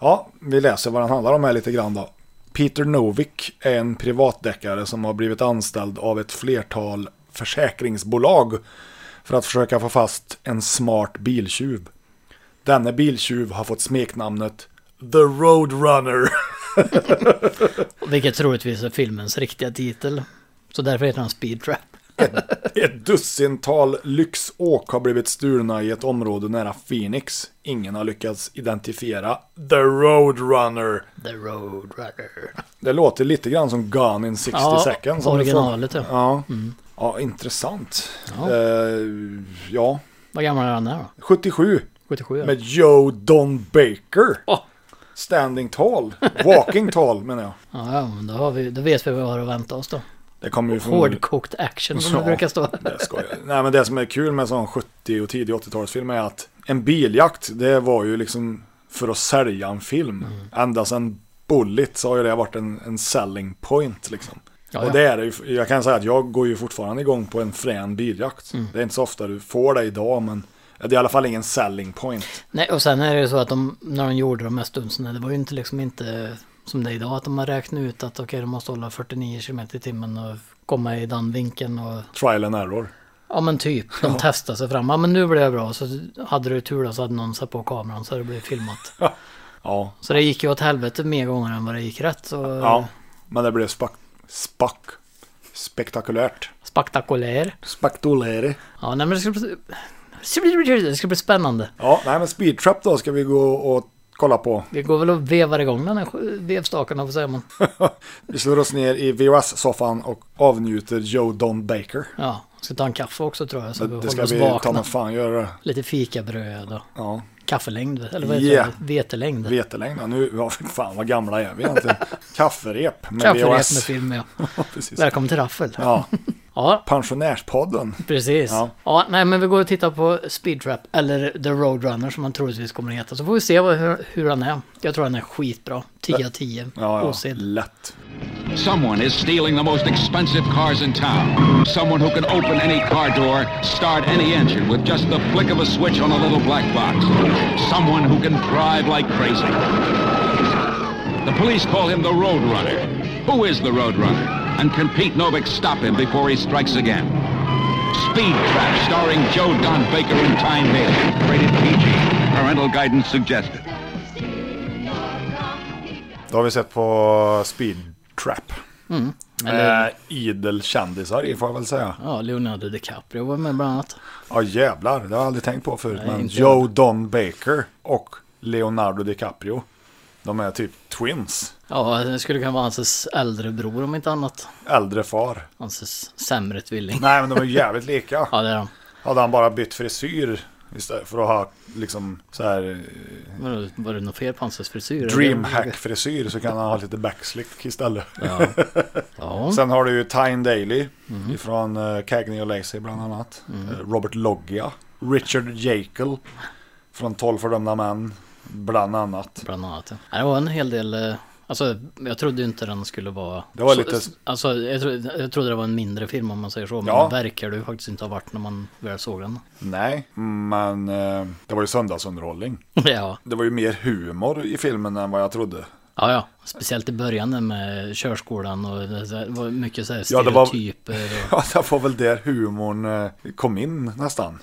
Speaker 3: Ja, vi läser vad den handlar om här lite grann då. Peter Novick är en privatdeckare som har blivit anställd av ett flertal försäkringsbolag för att försöka få fast en smart biltjuv. Denne biltjuv har fått smeknamnet The Roadrunner.
Speaker 4: Vilket troligtvis är filmens riktiga titel. Så därför heter den Speed Trap.
Speaker 3: Ett dussintal lyxåk har blivit stulna i ett område nära Phoenix. Ingen har lyckats identifiera The Roadrunner.
Speaker 4: The Road Runner.
Speaker 3: Det låter lite grann som Gone in 60
Speaker 4: Ja,
Speaker 3: seconds. om du frågar.
Speaker 4: originalet ja. Mm.
Speaker 3: Ja, ja intressant.
Speaker 4: Ja.
Speaker 3: Eh, ja.
Speaker 4: Vad gammal är den där då?
Speaker 3: 77
Speaker 4: 77 ja.
Speaker 3: med Joe Don Baker.
Speaker 4: Åh.
Speaker 3: Standing tall. Walking tall menar jag.
Speaker 4: Ja, ja men då, har vi, då vet vi vad vi har att vänta oss då.
Speaker 3: Det kommer ju från...
Speaker 4: Hårdkokt action som det
Speaker 3: Ja.
Speaker 4: brukar stå.
Speaker 3: Det skojar. Nej men det som är kul med sån 70 och tidig 80-talsfilm är att en biljakt det var ju liksom för att sälja en film.
Speaker 4: Mm.
Speaker 3: Ända sedan Bullet så har ju det varit en, en selling point liksom.
Speaker 4: Ja,
Speaker 3: och
Speaker 4: ja.
Speaker 3: det är det ju, jag kan säga att jag går ju fortfarande igång på en frän biljakt.
Speaker 4: Mm.
Speaker 3: Det är inte så ofta du får det idag men det är i alla fall ingen selling point.
Speaker 4: Nej, och sen är det ju så att de, när de gjorde de här stuntsarna, det var ju inte liksom inte som det är idag, att de har räknat ut att okej, de måste hålla 49 km i timmen och komma i den vinkeln och
Speaker 3: Trial and error.
Speaker 4: ja men typ, de testar sig fram. Ja men nu blev det bra, så hade du tur då så hade någon satt på kameran så det blev filmat.
Speaker 3: Ja,
Speaker 4: Så det gick ju åt helvete mer gånger än vad det gick rätt. Så
Speaker 3: ja. men det blev spack, spack. spektakulärt.
Speaker 4: spektakulär.
Speaker 3: Spektakulärt.
Speaker 4: Ja, nej men det ska bli, det ska bli spännande.
Speaker 3: Ja, nej men Speed Trap då ska vi gå och kolla på.
Speaker 4: Det går väl att veva igång den här sk- vevstaken, vad säger man?
Speaker 3: Vi slår oss ner i VHS-soffan och avnjuter Joe Don Baker.
Speaker 4: Ja, ska ta en kaffe också tror jag, så vi
Speaker 3: Det
Speaker 4: håller
Speaker 3: ska
Speaker 4: oss
Speaker 3: vi ta
Speaker 4: vakna.
Speaker 3: med fan göra.
Speaker 4: Lite fikabröd och
Speaker 3: Ja,
Speaker 4: kaffelängd, eller vad heter
Speaker 3: Yeah.
Speaker 4: det? Vetelängd.
Speaker 3: vetelängd. Ja, Nu, ja, fy fan vad gamla är vi egentligen? Kafferep med
Speaker 4: Kafferep med
Speaker 3: VHS.
Speaker 4: film, ja.
Speaker 3: Precis.
Speaker 4: Välkommen till Raffel. Ja,
Speaker 3: Ja, pensionärspodden.
Speaker 4: precis. Ja.
Speaker 3: Ja.
Speaker 4: nej men vi går och tittar på Speed Trap, eller The Roadrunner som han troligtvis kommer att heta. Så får vi se vad, hur, hur han är. Jag tror han är skitbra. 10 av 10.
Speaker 3: Ja, ja.
Speaker 4: Osedd.
Speaker 3: Lätt.
Speaker 10: Someone is stealing the most expensive cars in town. Someone who can open any car door, start any engine with just the flick of a switch on a little black box. Someone who can drive like crazy. The police call him the Road Runner. Who is the Road Runner? And can Pete Novick stop him before he strikes again? Speed Trap, starring Joe Don Baker and Time Haley. Rated PG. Parental guidance suggested.
Speaker 3: Då har vi sett på Speed Trap.
Speaker 4: Mm. Eller-
Speaker 3: Med idel kändisar i får jag väl säga.
Speaker 4: Ja, Leonardo DiCaprio var med bland annat.
Speaker 3: Ja jävlar, det har jag aldrig tänkt på förut.
Speaker 4: Nej,
Speaker 3: men
Speaker 4: inte
Speaker 3: Joe
Speaker 4: jag.
Speaker 3: Don Baker och Leonardo DiCaprio. De är typ twins.
Speaker 4: Ja, det skulle kunna vara hans äldre bror om inte annat.
Speaker 3: Äldre far.
Speaker 4: Hans sämre tvilling.
Speaker 3: Nej men de är jävligt lika.
Speaker 4: Ja, det är han.
Speaker 3: Hade han bara bytt frisyr istället för att ha liksom så här eh,
Speaker 4: Var, var det något fel på hans frisyr?
Speaker 3: dreamhack-frisyr så kan han ha lite backslick istället.
Speaker 4: Ja. Mhm. ja.
Speaker 3: Sen har du ju Tyne Daly ifrån eh, Cagney och Lacey bland annat.
Speaker 4: Mhm.
Speaker 3: Eh, Robert Loggia. Richard Jekyll från 12 fördömda män bland annat.
Speaker 4: Bland annat. ja. Ja, Det var en hel del. eh, Alltså jag trodde ju inte den skulle vara...
Speaker 3: Det var
Speaker 4: så-
Speaker 3: lite-
Speaker 4: Alltså jag trodde, jag trodde det var en mindre film om man säger så. Men
Speaker 3: Ja.
Speaker 4: det verkar det ju faktiskt inte ha varit när man väl såg den.
Speaker 3: Nej, men eh, det var ju söndagsunderhållning.
Speaker 4: ja.
Speaker 3: Det var ju mer humor i filmen än vad jag trodde.
Speaker 4: Ja, ja. Speciellt i början där med körskolan och det där var mycket så här
Speaker 3: Ja, det var-
Speaker 4: stereotyper. och...
Speaker 3: Ja, det var väl där humorn eh, kom in nästan.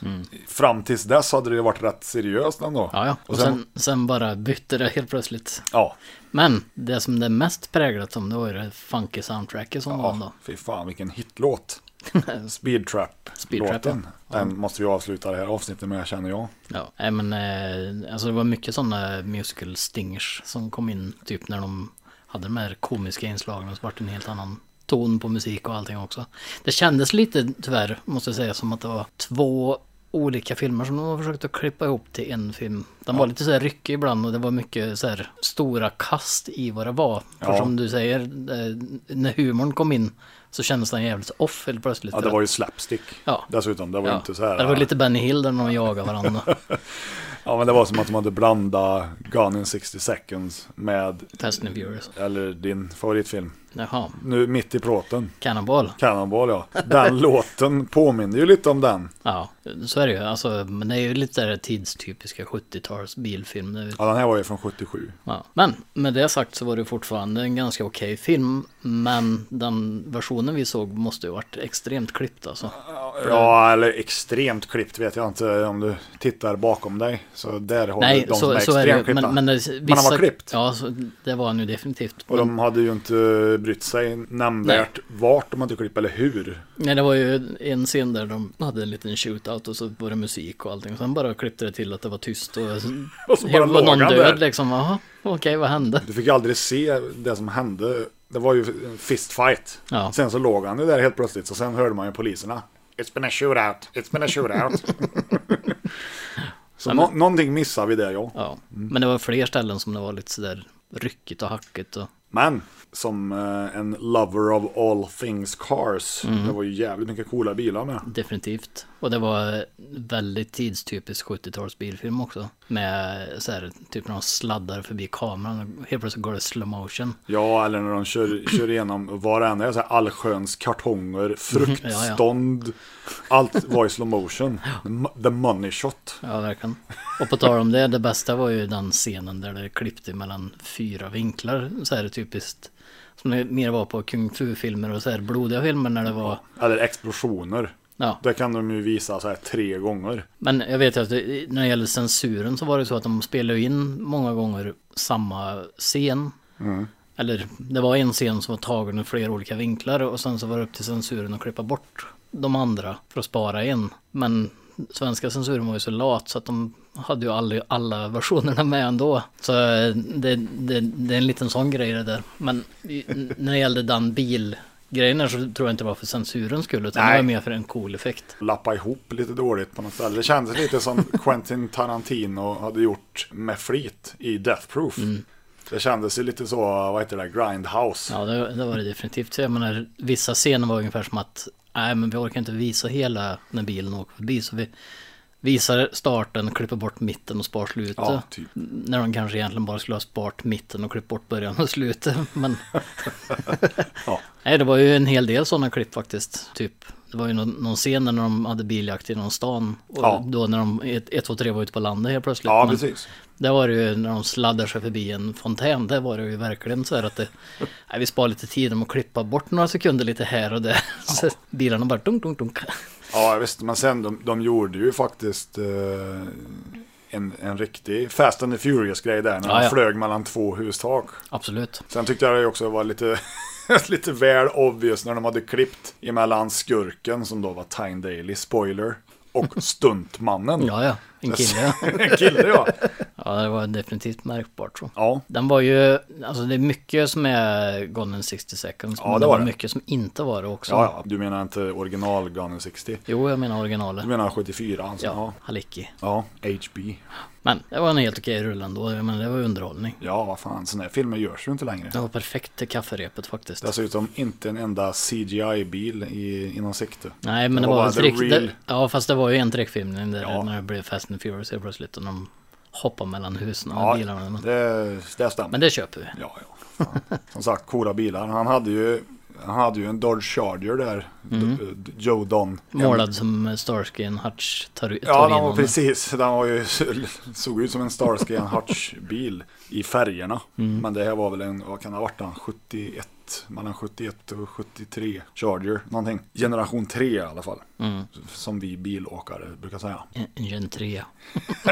Speaker 3: Fram tills dess hade det ju varit rätt seriöst ändå.
Speaker 4: Mm. Ja, ja.
Speaker 3: Och
Speaker 4: Och
Speaker 3: sen-
Speaker 4: sen, sen bara bytte det helt plötsligt.
Speaker 3: Ja,
Speaker 4: Men det som det är mest präglat om det var ju det funky soundtracket som var
Speaker 3: ja
Speaker 4: då.
Speaker 3: fy fan vilken hitlåt. Speed
Speaker 4: Speed Trap,
Speaker 3: Trap-låten. Den måste vi avsluta det här avsnittet med känner jag.
Speaker 4: Ja, nej, men eh, alltså det var mycket sådana musical stingers som kom in typ när de hade de här komiska inslagen och så vart det en helt annan ton på musik och allting också. Det kändes lite tyvärr, måste jag säga, som att det var två olika filmer som de har försökt att klippa ihop till en film. Den var lite så här ryckig ibland och det var mycket så här stora kast i vad det var. För
Speaker 3: Ja.
Speaker 4: som du säger, eh, när humorn kom in så kändes den jävligt off helt plötsligt.
Speaker 3: Ja, det var ju slapstick.
Speaker 4: Ja.
Speaker 3: Dessutom, det var ju
Speaker 4: Ja.
Speaker 3: inte så här.
Speaker 4: Det var lite Benny Hill där när de jagade varandra.
Speaker 3: Ja, men det var som att de hade blandat Gun in 60 seconds med,
Speaker 4: Fast and Furious.
Speaker 3: eller din favoritfilm,
Speaker 4: Jaha,
Speaker 3: nu mitt i plåten,
Speaker 4: Cannonball.
Speaker 3: Cannonball ja. Den låten påminner ju lite om den.
Speaker 4: Ja, så är det ju. Alltså, men det är ju lite där tidstypiska 70-tals bilfilm. Det är ju-
Speaker 3: Ja, den här var ju från 77.
Speaker 4: Ja. Men med det sagt så var det fortfarande en ganska okej film. Men den versionen vi såg måste ju varit extremt klippt alltså.
Speaker 3: Ja, eller extremt klippt vet jag inte om du tittar bakom dig. Så där har du
Speaker 4: Nej,
Speaker 3: de som är
Speaker 4: så, så är det
Speaker 3: extremt
Speaker 4: ju.
Speaker 3: klippta.
Speaker 4: Men, men det,
Speaker 3: Men de var klippt.
Speaker 4: Ja, så, det var nu definitivt.
Speaker 3: Och
Speaker 4: Men,
Speaker 3: de hade ju inte brytt sig nämnvärt vart de hade klippt eller hur.
Speaker 4: Nej, det var ju en scen där de hade en liten shootout och så var det musik och allting. Sen bara klippte det till att det var tyst och,
Speaker 3: Och så bara
Speaker 4: det var
Speaker 3: låg han
Speaker 4: någon
Speaker 3: där.
Speaker 4: död liksom. Jaha, okej, vad hände?
Speaker 3: Du fick ju aldrig se det som hände. Det var ju en fistfight.
Speaker 4: Ja.
Speaker 3: Sen så låg han ju där helt plötsligt. Så sen hörde man ju poliserna. It's been a shootout, it's been a shootout. så nå- någonting missar vi där ja.
Speaker 4: Ja, men det var fler ställen som det var lite sådär ryckigt och hackigt och
Speaker 3: Men som eh, en lover of all things cars. Det var ju jävligt mycket coola bilar med.
Speaker 4: definitivt. Och det var väldigt tidstypisk 70-tals bilfilm också. Med såhär, typ när de sladdar förbi kameran och helt plötsligt går det slow motion.
Speaker 3: Ja, eller när de kör, kör igenom varenda så här allsköns kartonger, fruktstånd. Allt var i slow motion. The mo- The money shot.
Speaker 4: Ja, verkligen. Och på tal om det, det bästa var ju den scenen där det klippte mellan fyra vinklar. Så här typiskt. Som det mer var på kung fu-filmer och så här blodiga filmer när det var...
Speaker 3: Eller explosioner.
Speaker 4: Ja,
Speaker 3: Det kan de ju visa så här tre gånger.
Speaker 4: Men jag vet ju att det, när det gäller censuren så var det så att de spelade ju in många gånger samma scen. Eller det var en scen som var tagen ur flera olika vinklar och sen så var det upp till censuren att klippa bort de andra för att spara en. Men svenska censuren var ju så lat så att de hade ju aldrig alla versionerna med ändå. Så eh, det, det, det är en liten sån grej det där. Men i- n- när det gällde den bilgrejen där så tror jag inte det var för censurens skull utan det
Speaker 3: Nej.
Speaker 4: var mer för en cool effekt.
Speaker 3: Lappa ihop lite dåligt på något ställe. Det kändes lite som Quentin Tarantino hade gjort med flit i Death Proof. Det kändes ju lite så, vad heter det, Grindhouse.
Speaker 4: Ja, det, det var det definitivt. Så Jag menar, vissa scener var ungefär som att nej, men vi orkar inte visa hela när bilen åker förbi. Så vi visar starten, klipper bort mitten och spar slutet.
Speaker 3: Ja, typ.
Speaker 4: När de kanske egentligen bara skulle ha sparat mitten och klippt bort början och slutet. Men
Speaker 3: Ja.
Speaker 4: nej, det var ju en hel del sådana klipp faktiskt. Typ. Det var ju någon, någon scen när de hade biljakt i någon stan. Och
Speaker 3: Ja.
Speaker 4: då när de 1, 2, 3 var ute på landet helt plötsligt.
Speaker 3: Ja,
Speaker 4: Men-
Speaker 3: precis.
Speaker 4: där var det ju när de sladdar sig förbi en fontän, där var det ju verkligen så här att det, nej, vi sparar lite tid om att klippa bort några sekunder lite här och där. Så bilarna bara dunk, dunk, dunk.
Speaker 3: Ja, visst. Men sen, de, de gjorde ju faktiskt eh, en, en riktig Fast and the Furious-grej där. När
Speaker 4: Ja,
Speaker 3: de
Speaker 4: ja.
Speaker 3: flög mellan två hustak.
Speaker 4: Absolut.
Speaker 3: Sen tyckte jag det också var lite, lite väl obvious när de hade klippt emellan skurken, som då var Tyne Daly, spoiler, och stuntmannen.
Speaker 4: Ja, ja, en kille.
Speaker 3: en kille, ja.
Speaker 4: Ja, det var definitivt märkbart så.
Speaker 3: Ja,
Speaker 4: Den var ju, alltså det är mycket som är Gone in 60 seconds.
Speaker 3: Ja,
Speaker 4: men
Speaker 3: det var det.
Speaker 4: mycket som inte var det också.
Speaker 3: ja, ja. Du menar inte original Gun 60?
Speaker 4: Jo, jag menar
Speaker 3: Du
Speaker 4: originalet.
Speaker 3: menar 74 alltså?
Speaker 4: Ja,
Speaker 3: Ja.
Speaker 4: Halicki.
Speaker 3: Ja, HB.
Speaker 4: Men det var en helt okej rulle ändå. Jag menar, det var ju underhållning.
Speaker 3: Ja, vad fan. Sådana här filmer görs ju inte längre.
Speaker 4: Det var perfekt till kafferepet faktiskt.
Speaker 3: Dessutom inte en enda CGI-bil i, inom sikte.
Speaker 4: Nej, men det
Speaker 3: var
Speaker 4: var,
Speaker 3: bara
Speaker 4: var
Speaker 3: the
Speaker 4: direkt,
Speaker 3: real-
Speaker 4: det, Ja, fast det var ju en direktfilmning där
Speaker 3: Ja.
Speaker 4: när det blev Fast and Furious helt plötsligt och de hoppar mellan husen och
Speaker 3: Ja,
Speaker 4: bilarna. Men,
Speaker 3: det, det stämmer.
Speaker 4: men det köper vi.
Speaker 3: Ja, ja. fan. Som sagt, coola bilar. Han hade ju Han hade ju en Dodge Charger där, D- D- Joe Don.
Speaker 4: Mhm. Målad som Starsky and Hutch tar,
Speaker 3: Ja,
Speaker 4: tar
Speaker 3: den
Speaker 4: in
Speaker 3: var
Speaker 4: honom.
Speaker 3: precis. Den var ju, såg ut som en Starsky and Hutch-bil i färgerna.
Speaker 4: Mhm.
Speaker 3: Men det här var väl en, vad kan det ha varit, den 71, mellan 71 och 73 Charger, någonting. Generation 3 i alla fall.
Speaker 4: Mm.
Speaker 3: Som vi bilåkare brukar säga.
Speaker 4: Engine 3.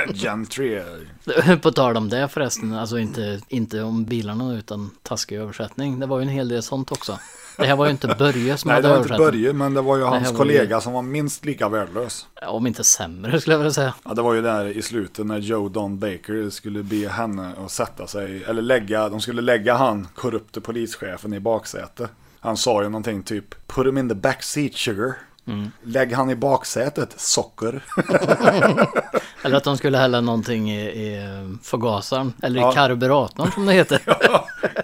Speaker 3: Gen 3.
Speaker 4: På tal om det förresten, alltså inte, inte om bilarna utan taskig översättning. Det var ju en hel del sånt också. Det här var ju inte Börje som
Speaker 3: Nej, det
Speaker 4: hade
Speaker 3: var inte
Speaker 4: översatt.
Speaker 3: Börje, men det var ju hans
Speaker 4: här var
Speaker 3: kollega som var minst lika värdelös.
Speaker 4: Om inte sämre skulle jag vilja säga.
Speaker 3: Ja, det var ju där i slutet när Joe Don Baker skulle be henne att sätta sig, eller lägga, de skulle lägga han, korrupte polischefen, i baksätet. Han sa ju någonting typ Put him in the back seat sugar. Lägg han i baksätet, socker.
Speaker 4: Eller att de skulle hälla någonting i, i förgasaren. Eller
Speaker 3: Ja.
Speaker 4: i karburatorn som det heter.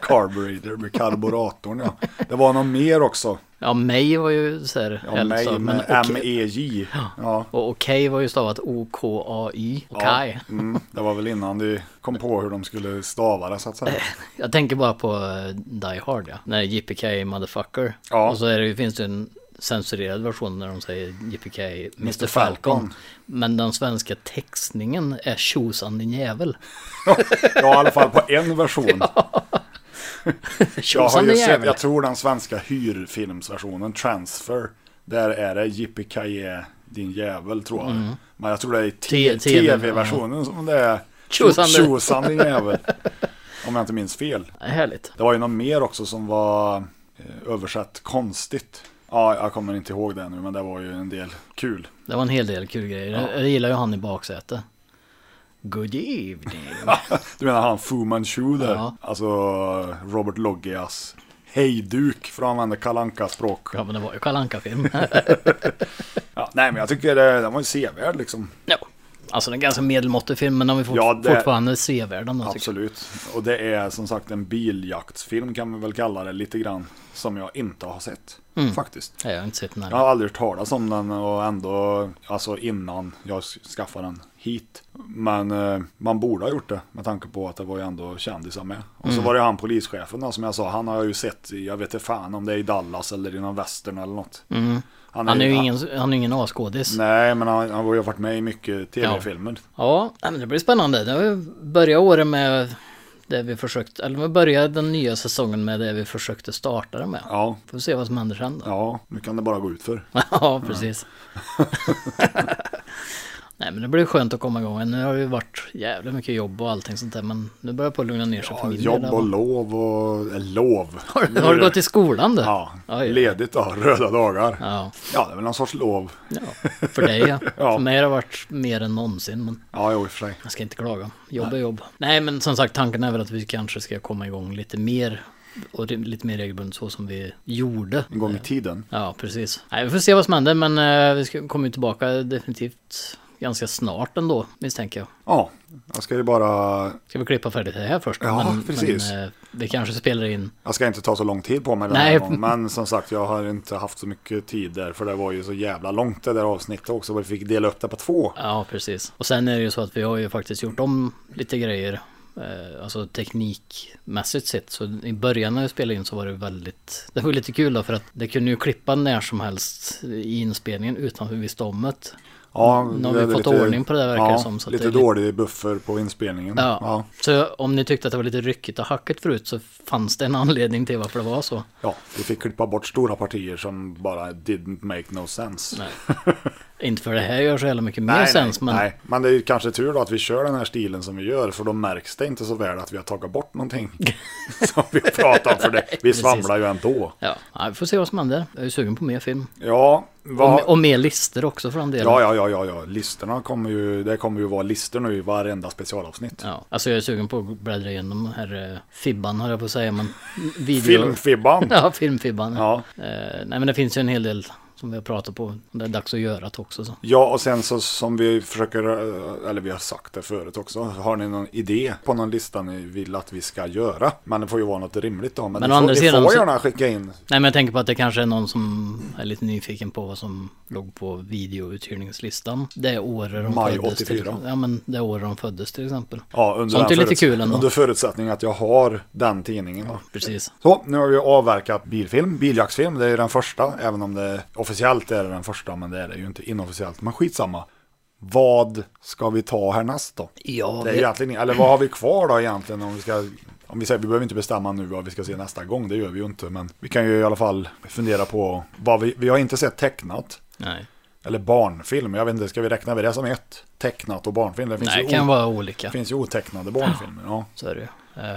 Speaker 3: Carburetor med karboratorn ja. Det var någon mer också.
Speaker 4: Ja, mig var ju så här.
Speaker 3: Ja,
Speaker 4: helt
Speaker 3: mig
Speaker 4: så,
Speaker 3: med
Speaker 4: okej-
Speaker 3: M-E-J. Ja.
Speaker 4: Och okej var ju stavat O-K-A-Y. Okej.
Speaker 3: ja. Mm, det var väl innan de kom på hur de skulle stava det så att säga.
Speaker 4: Jag tänker bara på eh, Die Hard ja. När JPK motherfucker.
Speaker 3: Ja.
Speaker 4: Och så är det, ju- finns det en censurerad version när de säger JPK Mr. Falcon.
Speaker 3: Falcon.
Speaker 4: Men den svenska textningen är tjosan din jävel.
Speaker 3: Ja, i alla fall på en version. Jag har
Speaker 4: Tjosan
Speaker 3: ju
Speaker 4: din
Speaker 3: sett,
Speaker 4: jävel.
Speaker 3: jag tror den svenska hyrfilmsversionen, Transfer, där är det Yippee din jävel tror jag. Men jag tror det är i
Speaker 4: Mm. T-
Speaker 3: t-
Speaker 4: TV,
Speaker 3: tv-versionen som det är
Speaker 4: Tjosan du.
Speaker 3: Tjosan din jävel. Om jag inte minns fel.
Speaker 4: Härligt.
Speaker 3: Det var ju något mer också som var eh, översatt konstigt. Ja, jag kommer inte ihåg det nu, men det var ju en del kul.
Speaker 4: Det var en hel del kul grejer. Jag- Jag gillar ju han i baksätet. Good evening.
Speaker 3: Du menar han Fu Manchu där?
Speaker 4: Ja.
Speaker 3: Alltså Robert Loggias hejduk, för att använda kalanka språk
Speaker 4: Ja men det var ju Kalle Anka-film.
Speaker 3: ja, Nej, men jag tycker eh, den var ju sevärd liksom.
Speaker 4: ja. Alltså den är ganska medelmåttig film men den är fort,
Speaker 3: Ja, det-
Speaker 4: fortfarande sevärd om den tycker jag.
Speaker 3: Absolut. Och det är som sagt en biljaktsfilm kan man väl kalla det lite grann. Som jag inte har sett.
Speaker 4: Mm.
Speaker 3: Faktiskt.
Speaker 4: Nej, Jag har inte sett den här.
Speaker 3: Jag har aldrig hört talas om den och ändå, alltså innan jag skaffade den hit. Men eh, man borde ha gjort det med tanke på att det var ju ändå kändisar med. Och
Speaker 4: Mm.
Speaker 3: så var det han polischefen då, som jag sa, han har jag ju sett, i- jag vet inte fan om det är i Dallas eller i någon western eller något.
Speaker 4: Mm. Han är ju ingen, han är ju ingen A-skådis.
Speaker 3: Nej, men han, han har ju varit med i mycket tv-filmer.
Speaker 4: Ja, nej, men det blir spännande. Det har ju börjat året med det vi försökt, eller vi börjar den nya säsongen med det vi försökte starta den med.
Speaker 3: Ja.
Speaker 4: Får se vad som händer sen då.
Speaker 3: ja, nu kan det bara gå ut för.
Speaker 4: Ja, precis. Nej men det blir skönt att komma igång. Nu har det ju varit jävligt mycket jobb och allting sånt där. Men nu börjar det på att lugna ner sig för
Speaker 3: Ja,
Speaker 4: min
Speaker 3: jobb
Speaker 4: del.
Speaker 3: och lov och... eh, Lov.
Speaker 4: Har du- Har du gått till skolan du?
Speaker 3: Ja,
Speaker 4: Oj.
Speaker 3: ledigt då, röda dagar. Ja.
Speaker 4: Ja,
Speaker 3: det är väl någon sorts lov.
Speaker 4: ja, för dig ja.
Speaker 3: Ja.
Speaker 4: För mig har det varit mer än någonsin. Men
Speaker 3: Ja, jo, i och för sig.
Speaker 4: jag ska inte klaga. Jobb är jobb. Nej men som sagt tanken är väl att vi kanske ska komma igång lite mer. Och det- lite mer regelbundet så som vi gjorde.
Speaker 3: En gång i tiden.
Speaker 4: Ja, precis. Nej, vi får se vad som händer, men eh, vi ska- kommer ju tillbaka definitivt ganska snart ändå, misstänker jag.
Speaker 3: Ja, jag ska ju bara...
Speaker 4: Ska vi klippa färdigt det här först?
Speaker 3: Ja, precis.
Speaker 4: Men, eh, vi kanske spelar in...
Speaker 3: Jag ska inte ta så lång tid på mig den
Speaker 4: Nej.
Speaker 3: här gången. Men som sagt, jag har inte haft så mycket tid där. För det var ju så jävla långt det där avsnittet också. Vi fick dela upp det på två.
Speaker 4: Ja, precis. Och sen är det ju så att vi har ju faktiskt gjort om lite grejer. eh, Alltså teknikmässigt sett. Så i början när vi spelade in så var det väldigt... Det var lite kul då för att det kunde ju klippa när som helst i inspelningen utan att vi visste om det.
Speaker 3: Ja,
Speaker 4: Nu har vi
Speaker 3: det är
Speaker 4: fått ordning på det där, verkar
Speaker 3: ja,
Speaker 4: det som, så att
Speaker 3: lite
Speaker 4: det är lite-
Speaker 3: dålig buffer på inspelningen.
Speaker 4: Ja. Så om ni tyckte att det var lite ryckigt och hackigt förut så fanns det en anledning till varför det var så.
Speaker 3: Ja, vi fick klippa bort stora partier som bara didn't make no sense. Nej,
Speaker 4: Inte för det här gör så jävla mycket mer sens, men
Speaker 3: nej, men det är ju kanske tur då att vi kör den här stilen som vi gör, för då märks det inte så väl att vi har tagit bort någonting som vi pratar om, för det. vi svamlar ju ändå.
Speaker 4: Ja, ja, vi får se vad som händer. Jag är ju sugen på mer film.
Speaker 3: Ja,
Speaker 4: Och,
Speaker 3: vad...
Speaker 4: och mer lister också för den delen.
Speaker 3: Ja, ja, ja, ja, ja, listorna kommer ju, det kommer ju vara listor nu i varenda specialavsnitt.
Speaker 4: Ja, alltså jag är sugen på att bläddra igenom här eh, Fibban höll jag på att säga men video...
Speaker 3: Filmfibban!
Speaker 4: Ja, filmfibban.
Speaker 3: Ja.
Speaker 4: Eh, nej men det finns ju en hel del Som vi har pratat på. Det är dags att göra det också. Så.
Speaker 3: Ja, och sen så som vi försöker, eh, eller vi har sagt det förut också, har ni någon idé på någon lista ni vill att vi ska göra? Men det får ju vara något rimligt då. Men,
Speaker 4: Men
Speaker 3: ni
Speaker 4: å
Speaker 3: får,
Speaker 4: andra
Speaker 3: ni
Speaker 4: sidan
Speaker 3: får
Speaker 4: så-
Speaker 3: gärna skicka in.
Speaker 4: Nej men jag tänker på att det kanske är någon som är lite nyfiken på vad som låg på videouthyrningslistan. Det är året de
Speaker 3: Maj
Speaker 4: föddes. Till,
Speaker 3: 84.
Speaker 4: ja men det är året de föddes till exempel.
Speaker 3: Ja, under,
Speaker 4: Sånt
Speaker 3: den
Speaker 4: är lite
Speaker 3: förutsätt-
Speaker 4: kul ändå.
Speaker 3: under förutsättning att jag har den tidningen. Då.
Speaker 4: Precis.
Speaker 3: Så, nu har vi avverkat bilfilm, biljaktsfilm, det är ju den första, även om det officiellt är det den första, men det är det ju inte inofficiellt, men skitsamma. Vad ska vi ta härnäst då?
Speaker 4: Ja,
Speaker 3: Det är
Speaker 4: vi-
Speaker 3: egentligen, eller vad har vi kvar då egentligen om vi ska, om vi säger, vi behöver inte bestämma nu vad vi ska se nästa gång, det gör vi ju inte, men vi kan ju i alla fall fundera på vad vi, vi har inte sett tecknat,
Speaker 4: Nej.
Speaker 3: eller barnfilm, jag vet inte, ska vi räkna med det som ett? Tecknat och barnfilm, det finns,
Speaker 4: Nej,
Speaker 3: ju,
Speaker 4: det kan
Speaker 3: o-
Speaker 4: vara olika.
Speaker 3: det finns ju otecknade barnfilmer, ja.
Speaker 4: Så är det ju.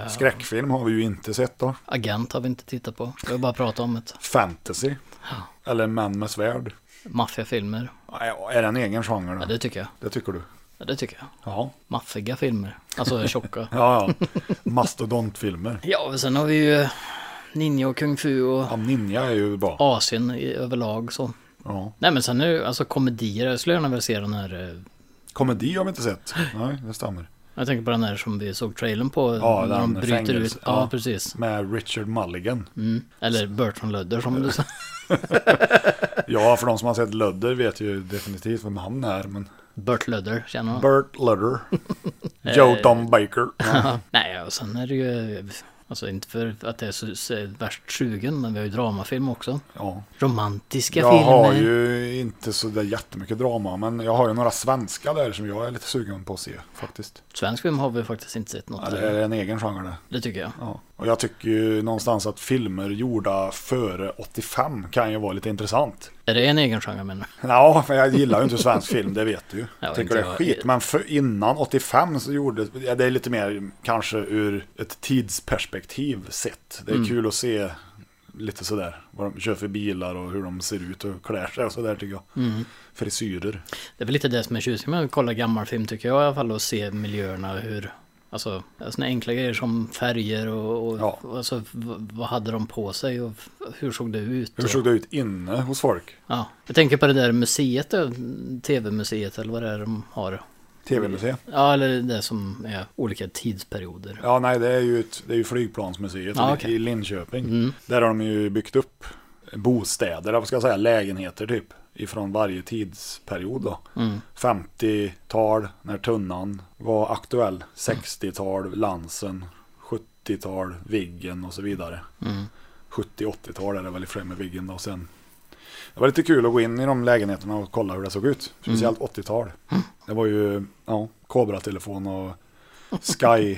Speaker 4: Eh,
Speaker 3: Skräckfilm har vi ju inte sett då.
Speaker 4: Agent har vi inte tittat på. Vi har bara pratat om ett
Speaker 3: Fantasy. Eller män med svärd.
Speaker 4: maffiafilmer.
Speaker 3: Ja, Är det en egen genre?
Speaker 4: Ja
Speaker 3: Då?
Speaker 4: det tycker jag.
Speaker 3: Det tycker du?
Speaker 4: Ja, det tycker jag.
Speaker 3: Ja.
Speaker 4: Maffiga filmer. Alltså tjocka.
Speaker 3: Ja, ja. Mastodontfilmer.
Speaker 4: ja och sen har vi ju eh, ninja och kung fu och
Speaker 3: Ja, Ninja är ju bra.
Speaker 4: Asien i, överlag så.
Speaker 3: Ja.
Speaker 4: Nej men sen är det ju, alltså komedier. Jag skulle gärna vilja se den här eh,
Speaker 3: Komedi har vi inte sett. Nej, det stämmer.
Speaker 4: Jag tänker på den här som vi såg trailern på.
Speaker 3: Ja,
Speaker 4: när de
Speaker 3: den
Speaker 4: Mm, bryter
Speaker 3: fängelse.
Speaker 4: ut. Ja,
Speaker 3: Ja.
Speaker 4: precis.
Speaker 3: Med Richard Mulligan.
Speaker 4: Mm. Eller Bertrand Ludder som du sa.
Speaker 3: Ja, för de som har sett Ludder vet ju definitivt vem han är. Men
Speaker 4: Bert Ludder känner man.
Speaker 3: Bert Ludder. Joe Tom Baker. Ja.
Speaker 4: Nej, och sen är det ju... Alltså inte för att det är så, så värst sugen, men vi har ju dramafilm också.
Speaker 3: ja.
Speaker 4: Romantiska
Speaker 3: Jag
Speaker 4: filmer.
Speaker 3: har ju inte så där jättemycket drama, men jag har ju några svenska där som jag är lite sugen på att se faktiskt.
Speaker 4: Svensk film har vi faktiskt inte sett något.
Speaker 3: Ja, det
Speaker 4: det,
Speaker 3: är en egen genre det.
Speaker 4: det tycker jag.
Speaker 3: Ja. Och jag tycker ju någonstans att filmer gjorda före 85 kan ju vara lite intressant.
Speaker 4: Är det en egen genre menar du?
Speaker 3: Ja, för jag gillar ju inte svensk film, det vet du ju.
Speaker 4: Ja,
Speaker 3: Jag tycker
Speaker 4: inte
Speaker 3: det är
Speaker 4: jag.
Speaker 3: skit. Men för innan 85 så gjorde ja, det är lite mer kanske ur ett tidsperspektiv sett. Det är kul att se lite sådär vad de kör för bilar och hur de ser ut och klär sig och sådär tycker jag. Frisyrer.
Speaker 4: Det är väl lite det som är tjusigt med att kolla gammal film tycker jag i alla fall och se miljöerna hur Alltså såna enkla grejer som färger och, och
Speaker 3: Ja.
Speaker 4: alltså, v- vad hade de på sig och f- hur såg det ut?
Speaker 3: Hur
Speaker 4: och-
Speaker 3: såg det ut inne hos folk?
Speaker 4: Ja, jag tänker på det där museet, då, tv-museet eller vad det är de har.
Speaker 3: Tv-museet?
Speaker 4: Ja, eller det som är olika tidsperioder.
Speaker 3: Ja, nej, det är ju, ett, det är ju flygplansmuseet
Speaker 4: Ja,
Speaker 3: i-
Speaker 4: okej. Mm.
Speaker 3: i Linköping. Där har de ju byggt upp bostäder, eller vad ska jag säga, lägenheter typ. Ifrån varje tidsperiod då.
Speaker 4: Mm.
Speaker 3: 50-tal, när tunnan var aktuell. 60-tal, Lansen. 70-tal, Viggen och så vidare.
Speaker 4: Mm.
Speaker 3: 70-80-tal är det väl i med Viggen då. och Sen. Det var lite kul att gå in i de lägenheterna och kolla hur det såg ut. Speciellt
Speaker 4: Mm.
Speaker 3: 80-tal. Det var ju ja, Cobra-telefon och Sky.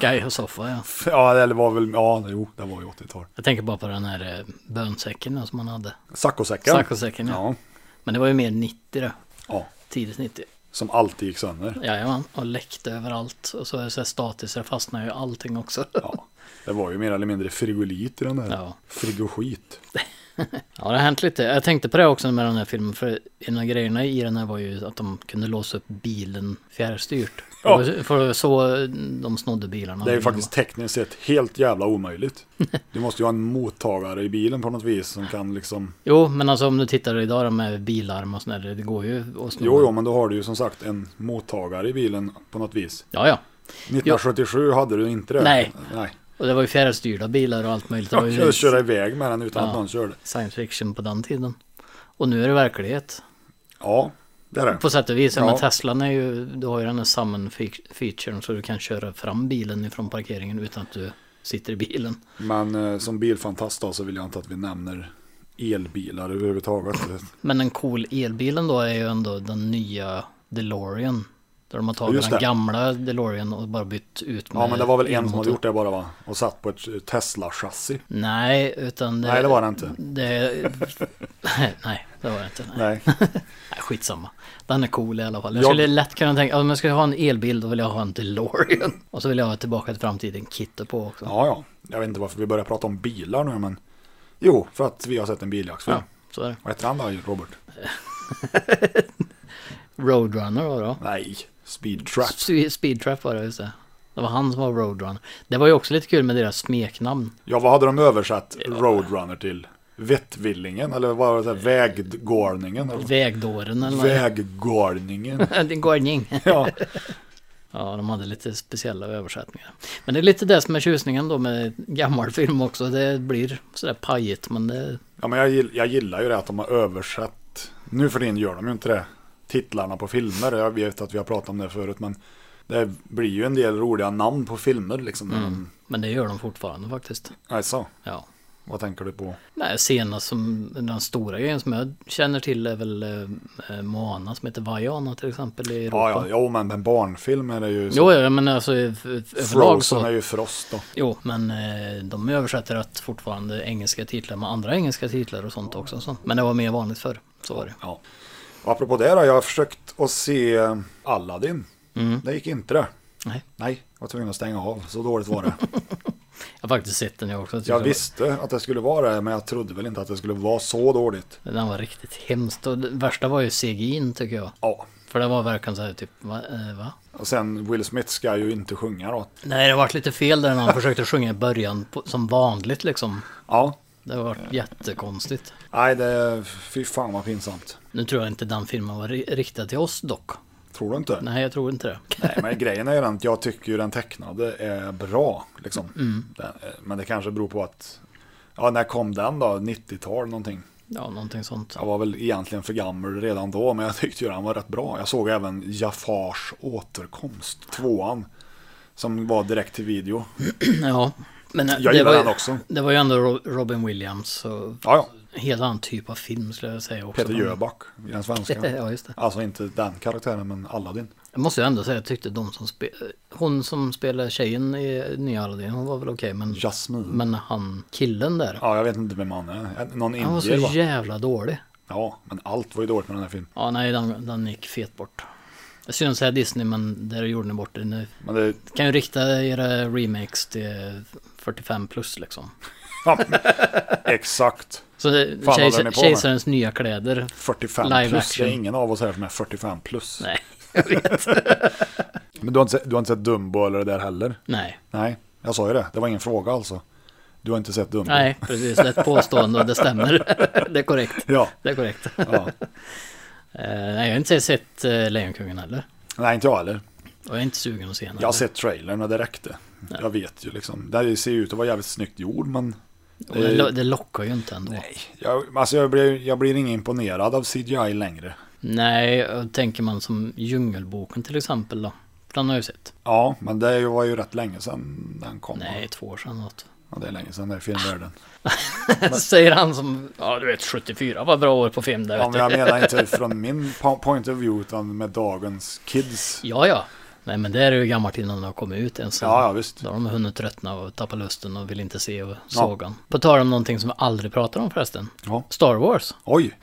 Speaker 4: Sky och soffa, ja.
Speaker 3: Ja, eller var väl, ja, jo, det var ju 80-tal.
Speaker 4: Jag tänker bara på den här eh, bönsäcken som man hade.
Speaker 3: Saccosäcken.
Speaker 4: Saccosäcken, ja.
Speaker 3: ja.
Speaker 4: Men det var ju mer 90 då.
Speaker 3: Ja,
Speaker 4: Tidigt 90.
Speaker 3: som alltid gick sönder.
Speaker 4: Jajamän, och läckte överallt. Och så är det så här statiskt, så det fastnar ju allting också.
Speaker 3: Ja, det var ju mer eller mindre frigolit i den där.
Speaker 4: Ja.
Speaker 3: Frigoskit.
Speaker 4: Ja, det har hänt lite. Jag tänkte på det också med den här filmen, för en av grejerna i den här var ju att de kunde låsa upp bilen fjärrstyrt.
Speaker 3: Ja.
Speaker 4: För- För så de snodde bilarna.
Speaker 3: Det är ju faktiskt tekniskt sett helt jävla omöjligt. Du måste ju ha en mottagare i bilen på något vis som kan liksom...
Speaker 4: Jo, men alltså om du tittar idag då med bilarm och sådär, det går ju att sno.
Speaker 3: Jo, jo, men då har du ju som sagt en mottagare i bilen på något vis.
Speaker 4: Ja, ja.
Speaker 3: 1977 hade du inte det.
Speaker 4: Nej.
Speaker 3: Nej.
Speaker 4: Och det var ju fjärrstyrda bilar och allt möjligt. Det var
Speaker 3: Jag
Speaker 4: ju
Speaker 3: kunde köra iväg med den utan att
Speaker 4: Ja.
Speaker 3: någon körde.
Speaker 4: science fiction på den tiden. Och nu är det verklighet.
Speaker 3: Ja, det är det.
Speaker 4: På sätt och vis, ja. men
Speaker 3: Ja.
Speaker 4: Teslan är ju, du har ju den här summon-featuren så du kan köra fram bilen ifrån parkeringen utan att du sitter i bilen.
Speaker 3: Men eh, som bilfantast då så vill jag inte att vi nämner elbilar överhuvudtaget.
Speaker 4: Men den cool elbilen då är ju ändå den nya DeLorean. Där de har
Speaker 3: Ja,
Speaker 4: tagit
Speaker 3: just
Speaker 4: den
Speaker 3: det.
Speaker 4: gamla DeLorean och bara bytt ut med
Speaker 3: Ja men det var väl en som
Speaker 4: elmotor.
Speaker 3: hade gjort det bara va? Och satt på ett eh, Tesla-chassi.
Speaker 4: Nej, utan det...
Speaker 3: Nej det var det inte.
Speaker 4: Det... Nej, det var det inte. Nej.
Speaker 3: Nej.
Speaker 4: Nej, skitsamma. Den är cool i alla fall. Jag,
Speaker 3: Jag-
Speaker 4: skulle lätt kunna tänka, om jag ska ha en elbil då vill jag ha en DeLorean. Och så vill jag ha ett Tillbaka till framtiden kittet på också.
Speaker 3: Ja ja. Jag vet inte varför vi börjar prata om bilar nu men. Jo, för att vi har sett en biljaktfilm.
Speaker 4: Ja, så är det.
Speaker 3: Vad heter han då Robert?
Speaker 4: Roadrunner var det då.
Speaker 3: Nej, Speed Trap.
Speaker 4: Spe- Speed Trap var det, just det. Det var han som var Roadrunner. Det var ju också lite kul med deras smeknamn.
Speaker 3: Ja vad hade de översatt Roadrunner till? Vettvillingen, eller vad var det? så här, Väggårningen? eller-
Speaker 4: Vägdåren eller vad det
Speaker 3: Väggårningen.
Speaker 4: är. Det är gorgning.
Speaker 3: Ja.
Speaker 4: Ja, de hade lite speciella översättningar. Men det är lite det som är tjusningen då med gammal film också. Det blir sådär pajigt, men det...
Speaker 3: ja, men jag, gill- jag gillar ju det att de har översatt. Nu för din gör de ju inte det. Titlarna på filmer, jag vet att vi har pratat om det förut, men det blir ju en del roliga namn på filmer liksom. när de-
Speaker 4: Men det gör de fortfarande faktiskt.
Speaker 3: Alltså,
Speaker 4: Ja.
Speaker 3: vad tänker du på?
Speaker 4: Nej, senast som den stora grejen som jag känner till är väl eh, Moana som heter Vaiana till exempel i Europa.
Speaker 3: Ja, ja, jo, men en barnfilm är det ju.
Speaker 4: Jo, ja, men alltså i- f- överlag
Speaker 3: Frozen är
Speaker 4: så.
Speaker 3: ju Frost då.
Speaker 4: Jo, men eh, de översätter att fortfarande engelska titlar med andra engelska titlar och sånt också. Så. Men det var mer vanligt förr. Så var det.
Speaker 3: Ja. Och apropå det då, jag har försökt att se Aladdin.
Speaker 4: Mm.
Speaker 3: Det gick inte det.
Speaker 4: Nej.
Speaker 3: Nej, jag var tvungen att stänga av. Så dåligt var det.
Speaker 4: Jag har faktiskt sett den jag också. tyckte
Speaker 3: Jag
Speaker 4: det var-
Speaker 3: visste att det skulle vara det, men jag trodde väl inte att det skulle vara så dåligt.
Speaker 4: Den var riktigt hemskt. Och det värsta var ju CGI tycker jag.
Speaker 3: Ja.
Speaker 4: För det var verkligen så här typ, va? Eh, va?
Speaker 3: Och sen Will Smith ska ju inte sjunga då.
Speaker 4: Nej, det var lite fel där när han försökte sjunga i början på, som vanligt liksom.
Speaker 3: Ja.
Speaker 4: Det var jättekonstigt.
Speaker 3: Nej, det... Fy fan vad pinsamt.
Speaker 4: Nu tror jag inte den filmen var ri- riktad till oss dock.
Speaker 3: Tror du inte?
Speaker 4: Nej, jag tror inte det.
Speaker 3: Nej, men grejen är ju den att jag tycker ju den tecknade är bra. Liksom.
Speaker 4: Mm.
Speaker 3: Den, men det kanske beror på att... Ja, när kom den då? 90-tal någonting.
Speaker 4: Ja, någonting sånt.
Speaker 3: Jag var väl egentligen för gammal redan då, men jag tyckte ju den var rätt bra. Jag såg även Jafars återkomst, tvåan. Som var direkt till video.
Speaker 4: Ja. Men eh,
Speaker 3: Jag
Speaker 4: det
Speaker 3: gillar
Speaker 4: var, ju-
Speaker 3: den också.
Speaker 4: Det var ju ändå Ro- Robin Williams och
Speaker 3: Ja, ja.
Speaker 4: hela annan typ av film skulle jag säga också.
Speaker 3: Peter Jöback i den svenska.
Speaker 4: Ja, just det.
Speaker 3: Alltså inte den karaktären, men Aladdin.
Speaker 4: Jag måste ju ändå säga, jag tyckte de som spelade... Hon som spelade tjejen i Nya Aladdin, hon var väl okej, men...
Speaker 3: Jasmine.
Speaker 4: Men han, killen där.
Speaker 3: Ja, jag vet inte vem han är. Någon
Speaker 4: han var så
Speaker 3: indier va?
Speaker 4: jävla dålig.
Speaker 3: Ja, men allt var ju dåligt med den här filmen.
Speaker 4: Ja, nej, den, den gick fet bort. Det är Synd att säga Disney, men där gjorde ni bort det. Ni
Speaker 3: Men det,
Speaker 4: kan ju rikta era remakes till 45 plus liksom.
Speaker 3: ja, exakt.
Speaker 4: Så det-
Speaker 3: vad
Speaker 4: kejs-
Speaker 3: håller ni på med?
Speaker 4: Kejsarens nya kläder.
Speaker 3: 45
Speaker 4: Live
Speaker 3: plus.
Speaker 4: action.
Speaker 3: Det är ingen av oss här som är 45 plus.
Speaker 4: Nej,
Speaker 3: Men du har, inte, sett- du har inte sett Dumbo eller det där heller?
Speaker 4: nej,
Speaker 3: Nej, jag sa ju det. Det var ingen fråga alltså. Du har inte sett Dumbo?
Speaker 4: nej, precis. Det är ett påstående och det stämmer. det är korrekt.
Speaker 3: Ja.
Speaker 4: Det är korrekt.
Speaker 3: ja.
Speaker 4: Eh, nej, jag har inte sett eh, Lejonkungen heller.
Speaker 3: Nej, inte jag heller.
Speaker 4: Och jag är inte sugen att se den.
Speaker 3: Jag har
Speaker 4: heller.
Speaker 3: sett trailern och det räckte. Jag vet ju liksom. Det ser ju ut att vara jävligt snyggt gjord, men...
Speaker 4: Och det, lo- det lockar ju inte ändå. Nej.
Speaker 3: Jag, alltså jag blir, jag blir ingen imponerad av CGI längre.
Speaker 4: nej, och tänker man som Djungelboken till exempel då. För Den har jag ju sett.
Speaker 3: Ja, men det var ju rätt länge sedan den kom.
Speaker 4: Nej, två år sedan något.
Speaker 3: Ja, det är länge sedan det är filmvärlden.
Speaker 4: Säger han som, ja du vet 74 var bra år på film där
Speaker 3: Ja,
Speaker 4: vet
Speaker 3: men
Speaker 4: du.
Speaker 3: jag menar inte från min po- point of view utan med dagens kids.
Speaker 4: Ja, ja. Nej men det är ju gammalt innan den har kommit ut ens.
Speaker 3: Ja, ja visst.
Speaker 4: Då har de hunnit tröttna och tappa lusten och vill inte se och sågan. På tal om någonting som vi aldrig pratar om förresten.
Speaker 3: Ja.
Speaker 4: Star Wars.
Speaker 3: Oj!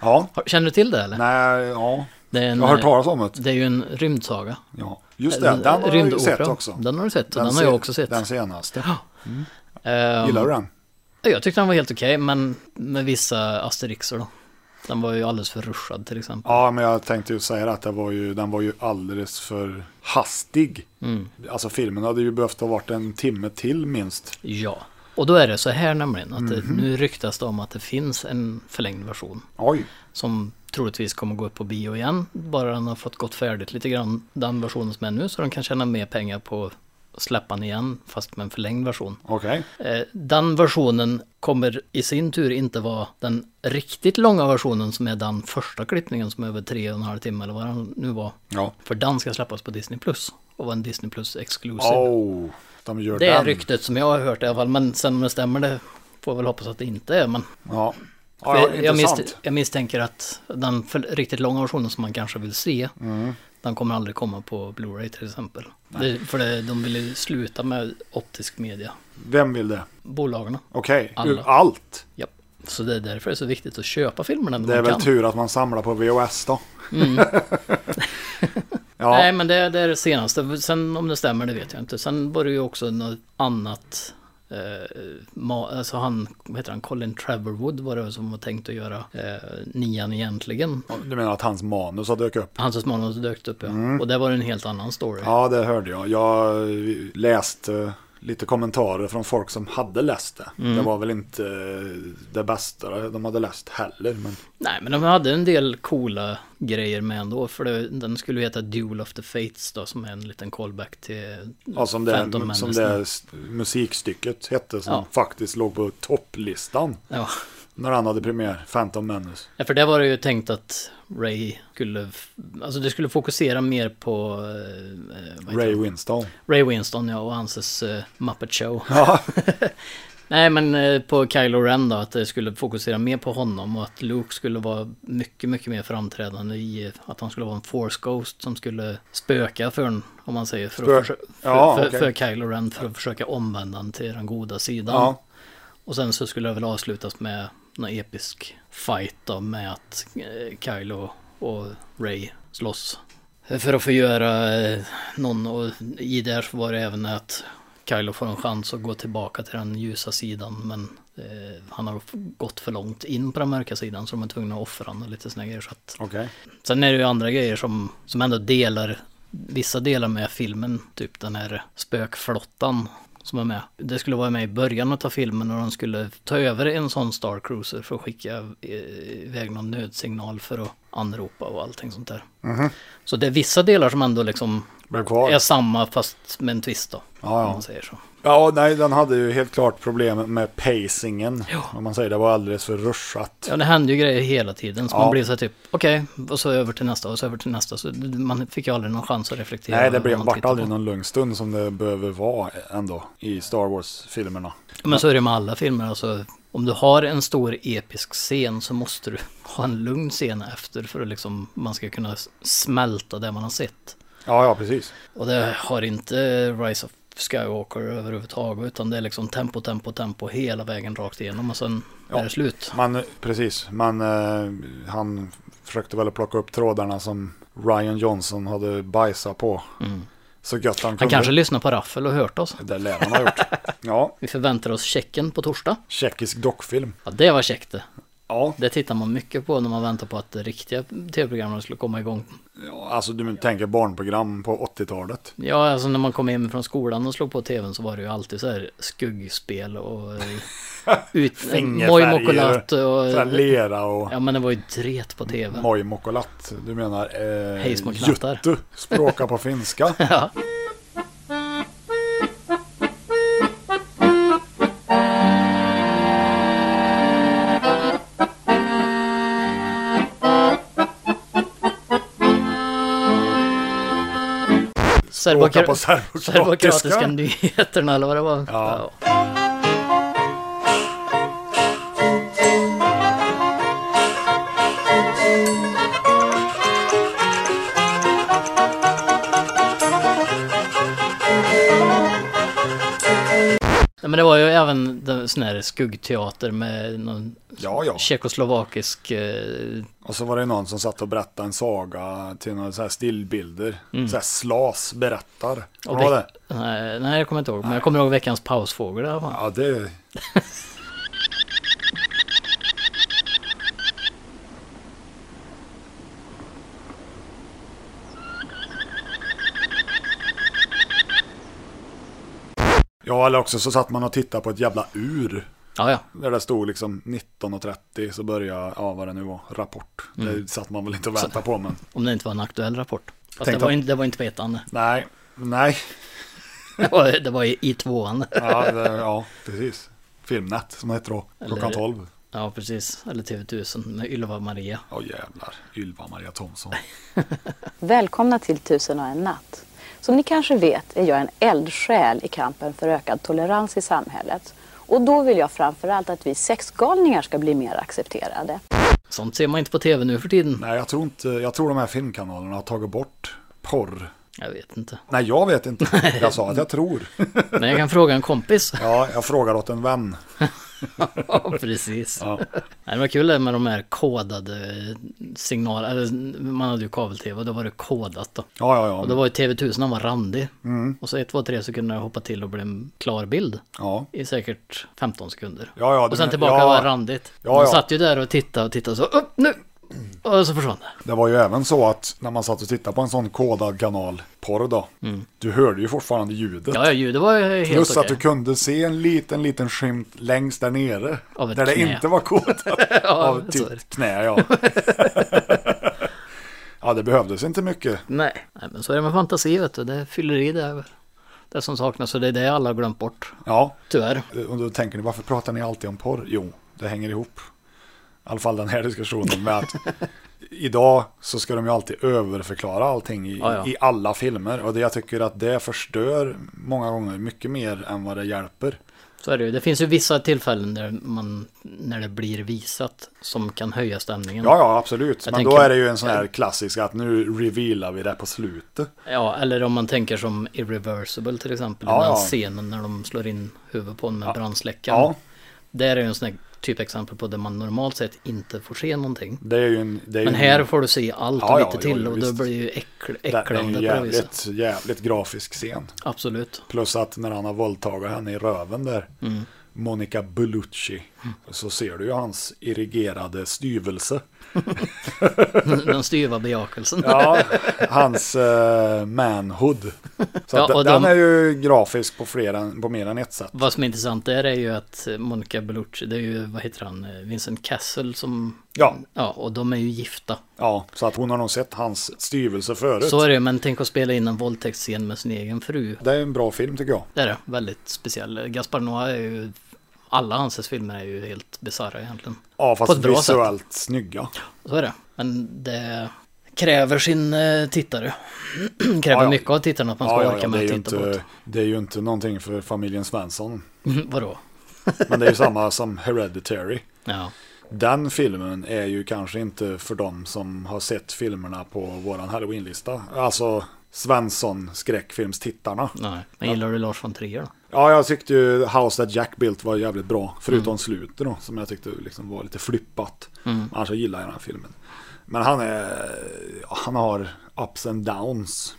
Speaker 3: Ja,
Speaker 4: Har- Känner du till det eller?
Speaker 3: nej, ja.
Speaker 4: Det är, en, eh,
Speaker 3: Jag har hört talas om det.
Speaker 4: det är ju en rymdsaga.
Speaker 3: Ja. Just det, den har jag ju
Speaker 4: Rymdopera.
Speaker 3: sett också.
Speaker 4: Den har du sett och den, har
Speaker 3: se-
Speaker 4: jag också sett.
Speaker 3: Den senaste.
Speaker 4: Ehm,
Speaker 3: Gillar du den?
Speaker 4: Jag tyckte den var helt okej men med vissa asterixer då. Den var ju alldeles för ruschad till exempel.
Speaker 3: Ja, men jag tänkte ju säga det att det var ju, den var ju alldeles för hastig.
Speaker 4: Mm.
Speaker 3: Alltså filmen hade ju behövt ha varit en timme till minst.
Speaker 4: Ja, och då är det så här nämligen att det, nu ryktas det om att det finns en förlängd version
Speaker 3: Oj,
Speaker 4: som troligtvis kommer gå upp på bio igen. Bara den har fått gått färdigt lite grann, den versionen som är nu, så de kan tjäna mer pengar på att släppa den igen, fast med en förlängd version.
Speaker 3: okej.
Speaker 4: Eh, Den versionen kommer i sin tur inte vara den riktigt långa versionen som är den första klippningen som är över tre och en halv timme eller vad den nu var.
Speaker 3: Ja.
Speaker 4: För den ska släppas på Disney Plus och vara en Disney Plus exclusive.
Speaker 3: Oh, de gör
Speaker 4: Det är
Speaker 3: den.
Speaker 4: ryktet som jag har hört i alla fall, men sen om det stämmer det får jag väl hoppas att det inte är. Men
Speaker 3: Ja. Ja, ja,
Speaker 4: jag,
Speaker 3: intressant.
Speaker 4: misst- jag misstänker att den för, riktigt långa versionen som man kanske vill se,
Speaker 3: Mm.
Speaker 4: den kommer aldrig komma på Blu-ray till exempel. Det, för det, de vill ju sluta med optisk media,
Speaker 3: Vem vill det?
Speaker 4: bolagen.
Speaker 3: Okej,
Speaker 4: Alla.
Speaker 3: ur allt.
Speaker 4: Ja. Så det är därför det är så viktigt att köpa filmerna när
Speaker 3: Det är
Speaker 4: man
Speaker 3: väl
Speaker 4: kan. Mm.
Speaker 3: tur att man samlar på VHS då. ja,
Speaker 4: Nej men det, det är det senaste, sen om det stämmer det vet jag inte. Sen var det ju också något annat eh, ma- Alltså han, vad heter han, Colin Trevorwood var det som var tänkt att göra eh, nian egentligen.
Speaker 3: du menar att hans manus har dök upp?
Speaker 4: Han så
Speaker 3: Mm.
Speaker 4: småningom dök upp ja. Och där var det en helt annan story.
Speaker 3: Ja, det hörde jag. Jag läste eh, lite kommentarer från folk som hade läst det.
Speaker 4: Mm.
Speaker 3: Det var väl inte eh, det bästa de hade läst heller. Men
Speaker 4: Nej, men de hade en del coola grejer med ändå. För det, den skulle ju heta Duel of the Fates då, som är en liten callback till...
Speaker 3: ja, som det,
Speaker 4: Phantom Menace.
Speaker 3: som det s- musikstycket hette som
Speaker 4: Ja.
Speaker 3: faktiskt låg på topplistan
Speaker 4: Ja.
Speaker 3: när han hade premiär, Phantom Menace.
Speaker 4: Ja, för där var det ju tänkt att Ray skulle... f- Alltså det skulle fokusera mer på... eh, eh, vad heter
Speaker 3: Ray
Speaker 4: han?
Speaker 3: Winston.
Speaker 4: Ray Winston, ja, och hans eh, Muppet Show.
Speaker 3: Ja,
Speaker 4: Nej, men eh, på Kylo Ren då, att det skulle fokusera mer på honom och att Luke skulle vara mycket, mycket mer framträdande i eh, att han skulle vara en Force Ghost som skulle spöka för en, om man säger, för,
Speaker 3: Spö-
Speaker 4: att försö- för,
Speaker 3: Ja,
Speaker 4: för,
Speaker 3: okej.
Speaker 4: för Kylo Ren för att försöka omvända honom till den goda sidan.
Speaker 3: ja.
Speaker 4: Och sen så skulle det väl avslutas med någon episk fight då med att eh, Kylo och Ray slåss. För att förgöra eh, någon och i där så var det även att Kylo får en chans att gå tillbaka till den ljusa sidan men eh, han har gått för långt in på den mörka sidan så de är tvungna att offra honom och lite såna grejer. Så att...
Speaker 3: okej.
Speaker 4: Sen är det ju andra grejer som, som ändå delar vissa delar med filmen, typ den här spökflottan som är med. Det skulle vara med i början av filmen när de skulle ta över en sån Star Cruiser för att skicka eh, iväg någon nödsignal för att anropa och allting sånt där.
Speaker 3: Mhm.
Speaker 4: Så det är vissa delar som ändå liksom
Speaker 3: Blev kvar.
Speaker 4: är samma fast med en twist då.
Speaker 3: Ja, ja.
Speaker 4: Om man säger så.
Speaker 3: Ja, nej, den hade ju helt klart problem med pacingen.
Speaker 4: Ja.
Speaker 3: Om man säger det var alldeles för ruschat.
Speaker 4: Ja, det hände ju grejer hela tiden. Så
Speaker 3: Ja.
Speaker 4: man blir så här typ, okej, och så över till nästa och så över till nästa. Så man fick ju aldrig någon chans att reflektera.
Speaker 3: nej, det
Speaker 4: över vad
Speaker 3: blev
Speaker 4: man
Speaker 3: vart
Speaker 4: tittar
Speaker 3: aldrig
Speaker 4: på.
Speaker 3: någon lugn stund som det behöver vara ändå i Star Wars-filmerna.
Speaker 4: Ja, Men så är det med alla filmer. Alltså, om du har en stor episk scen så måste du ha en lugn scen efter för att liksom, man ska kunna s- smälta det man har sett.
Speaker 3: Ja, ja, precis.
Speaker 4: Och det har inte Rise of Skywalker överhuvudtaget utan det är liksom tempo, tempo, tempo hela vägen rakt igenom och sen
Speaker 3: Ja.
Speaker 4: är det slut.
Speaker 3: Man, precis, man, eh, han försökte väl plocka upp trådarna som Ryan Johnson hade bajsat på. Så gött han kunde.
Speaker 4: Mm. Han kanske lyssnar på Raffel och hört oss.
Speaker 3: Det lär han ha gjort. Ja,
Speaker 4: Vi förväntar oss checken på torsdag.
Speaker 3: tjeckisk dockfilm.
Speaker 4: Ja, det var käckt det.
Speaker 3: Ja,
Speaker 4: Det tittar man mycket på när man väntar på att det riktiga tv-programmen skulle komma igång.
Speaker 3: ja, alltså du tänker barnprogram på 80-talet.
Speaker 4: Ja, alltså när man kom hem från skolan och slog på tvn så var det ju alltid så här skuggspel och... eh, Ut,
Speaker 3: Fingerfärger,
Speaker 4: Mojmokolat
Speaker 3: Så här
Speaker 4: och...
Speaker 3: lera och...
Speaker 4: Ja, men det var ju dret på tv.
Speaker 3: Mojmokolat, du menar eh,
Speaker 4: Hej, små knattar.
Speaker 3: juttu, språka på finska.
Speaker 4: Ja.
Speaker 3: Språka på
Speaker 4: Serbokra- Serbokroatiska
Speaker 3: serbokroatiska.
Speaker 4: nyheterna eller vad det var.
Speaker 3: Ja.
Speaker 4: Nej, men det var ju även den- sån här skuggteater med någon
Speaker 3: Ja, ja.
Speaker 4: tjeckoslovakisk... eh,
Speaker 3: Och så var det någon som satt och berättade en saga till några så här stillbilder. Så här slas berättar.
Speaker 4: Mm. och
Speaker 3: Vad var det?
Speaker 4: veck- Nej, nej, jag kommer inte ihåg. Men jag kommer ihåg veckans pausfågel i alla fall.
Speaker 3: Ja, det... Ja, eller också så satt man och tittade på ett jävla ur.
Speaker 4: Ja, ja.
Speaker 3: Där det stod liksom 19.30 så började, ja vad det nu var, rapport. Det satt man väl inte och väntade på men.
Speaker 4: Om det inte var en aktuell rapport. Fast
Speaker 3: Tänk
Speaker 4: det var,
Speaker 3: om-
Speaker 4: inte, det var inte vetande.
Speaker 3: Nej, nej.
Speaker 4: Det var, det var i, i tvåan.
Speaker 3: Ja, det, ja precis. Filmnät som det heter då. Klockan
Speaker 4: Eller-
Speaker 3: 12.
Speaker 4: Ja, precis. Eller TV1000 med Ylva och Maria.
Speaker 3: Ja jävlar. Ylva Maria Thomsson.
Speaker 11: Välkomna till Tusen och en natt. Som ni kanske vet är jag en eldsjäl i kampen för ökad tolerans i samhället. Och då vill jag framförallt att vi sexgalningar ska bli mer accepterade.
Speaker 4: Sånt ser man inte på TV nu för tiden.
Speaker 3: Nej, jag tror inte, jag tror de här filmkanalerna har tagit bort porr.
Speaker 4: Jag vet inte.
Speaker 3: Nej, jag vet inte. Jag sa att jag tror.
Speaker 4: Men jag kan fråga en kompis.
Speaker 3: Ja, jag frågar åt en vän.
Speaker 4: Ja, precis. Nej, Det var kul det med de här kodade signaler. Eller, Man hade ju kabel-tv och då var det kodat då.
Speaker 3: Ja, ja,
Speaker 4: Och
Speaker 3: ja.
Speaker 4: då var ju TV1000, han var randig.
Speaker 3: Mm.
Speaker 4: Och så ett, två, tre så kunde jag hoppa till och bli en klar bild.
Speaker 3: Ja,
Speaker 4: I säkert 15 sekunder.
Speaker 3: ja. ja du
Speaker 4: Och sen
Speaker 3: men-
Speaker 4: tillbaka
Speaker 3: ja,
Speaker 4: var randigt.
Speaker 3: Ja,
Speaker 4: Man
Speaker 3: ja.
Speaker 4: satt ju där och tittade och tittade så upp nu! Och så försvann det.
Speaker 3: Det var ju även så att när man satt och tittade på en sån kodad kanal, porr då, du hörde ju fortfarande ljudet.
Speaker 4: Ja, ja, ljudet var ju helt
Speaker 3: Plus att
Speaker 4: okej.
Speaker 3: du kunde se en liten, liten skymt längst där nere.
Speaker 4: Av ett
Speaker 3: där det
Speaker 4: knä.
Speaker 3: inte var kodat. av
Speaker 4: så är
Speaker 3: typ knä, ja. ja, det behövdes inte mycket.
Speaker 4: Nej. Nej, men så är det med fantasi vet du. Det fyller i det här. Det som saknas och det är det alla har glömt bort.
Speaker 3: Ja.
Speaker 4: Tyvärr.
Speaker 3: Och då tänker ni, varför pratar ni alltid om porr? Jo, det hänger ihop. I alla fall den här diskussionen med att idag så ska de ju alltid överförklara allting i,
Speaker 4: Ja, ja.
Speaker 3: i alla filmer. Och det, jag tycker att det förstör många gånger mycket mer än vad det hjälper.
Speaker 4: Så är det ju. Det finns ju vissa tillfällen där man, när det blir visat, som kan höja stämningen.
Speaker 3: Ja, ja, absolut.
Speaker 4: Jag
Speaker 3: Men då
Speaker 4: tänker-
Speaker 3: är det ju en sån här klassisk att nu revealar vi det på slutet.
Speaker 4: Ja, eller om man tänker som Irreversible till exempel.
Speaker 3: Ja,
Speaker 4: den
Speaker 3: ja.
Speaker 4: scenen när de slår in huvudet på honom med brandsläckaren.
Speaker 3: Ja.
Speaker 4: Där är ju en sån här typ exempel på där man normalt sett inte får se någonting.
Speaker 3: Det är ju en, det är
Speaker 4: Men
Speaker 3: ju
Speaker 4: här
Speaker 3: en,
Speaker 4: får du se allt
Speaker 3: Mm. Ja,
Speaker 4: och
Speaker 3: ja,
Speaker 4: lite
Speaker 3: ja, ja,
Speaker 4: till och då
Speaker 3: visst.
Speaker 4: blir det ju äckl,
Speaker 3: det är en
Speaker 4: äcklande på det viset.
Speaker 3: jävligt, jävligt grafisk scen.
Speaker 4: Absolut.
Speaker 3: Plus att när han har våldtagit henne i röven där,
Speaker 4: Mm.
Speaker 3: Monica Bellucci, så ser du ju hans irrigerade styvelse.
Speaker 4: Den styva bejakelsen.
Speaker 3: Ja, hans eh, manhood. Så
Speaker 4: Ja,
Speaker 3: att
Speaker 4: och
Speaker 3: den, den
Speaker 4: de-
Speaker 3: är ju grafisk på, fler än, på mer än ett sätt.
Speaker 4: Vad som är intressant där är ju att eh, Monica Bellucci, det är ju, vad heter han, eh, Vincent Cassel som...
Speaker 3: Ja.
Speaker 4: Ja, och de är ju gifta.
Speaker 3: Ja, så att hon har nog sett hans styvelse förut.
Speaker 4: Så är det, men tänk att spela in en våldtäktsscen med sin egen fru.
Speaker 3: Det är en bra film tycker jag.
Speaker 4: Det är det, väldigt speciell. Gaspar Noa är ju... Alla hans filmer är ju helt bisarra egentligen.
Speaker 3: Ja,
Speaker 4: På
Speaker 3: fast
Speaker 4: ett bra
Speaker 3: visuellt snygga.
Speaker 4: Så är det. Men det kräver sin eh, tittare. kräver
Speaker 3: Ja, ja.
Speaker 4: mycket av tittarna att man ska
Speaker 3: Ja, ja,
Speaker 4: orka
Speaker 3: ja, det, är
Speaker 4: med
Speaker 3: ju
Speaker 4: att titta på
Speaker 3: inte, det är ju inte någonting för familjen Svensson.
Speaker 4: det. Vadå?
Speaker 3: Men det är ju samma som Hereditary.
Speaker 4: Ja.
Speaker 3: Den filmen är ju kanske inte för dem som har sett filmerna på våran halloweenlista. Alltså Svensson skräckfilmstittarna.
Speaker 4: Nej. Men gillar du Lars von Trier då?
Speaker 3: Ja, jag tyckte ju House That Jack Built var jävligt bra. Förutom slutet då, som jag tyckte liksom var lite flippat.
Speaker 4: Mm.
Speaker 3: Annars jag gillar jag den här filmen. Men han är... ja, Han har ups and downs.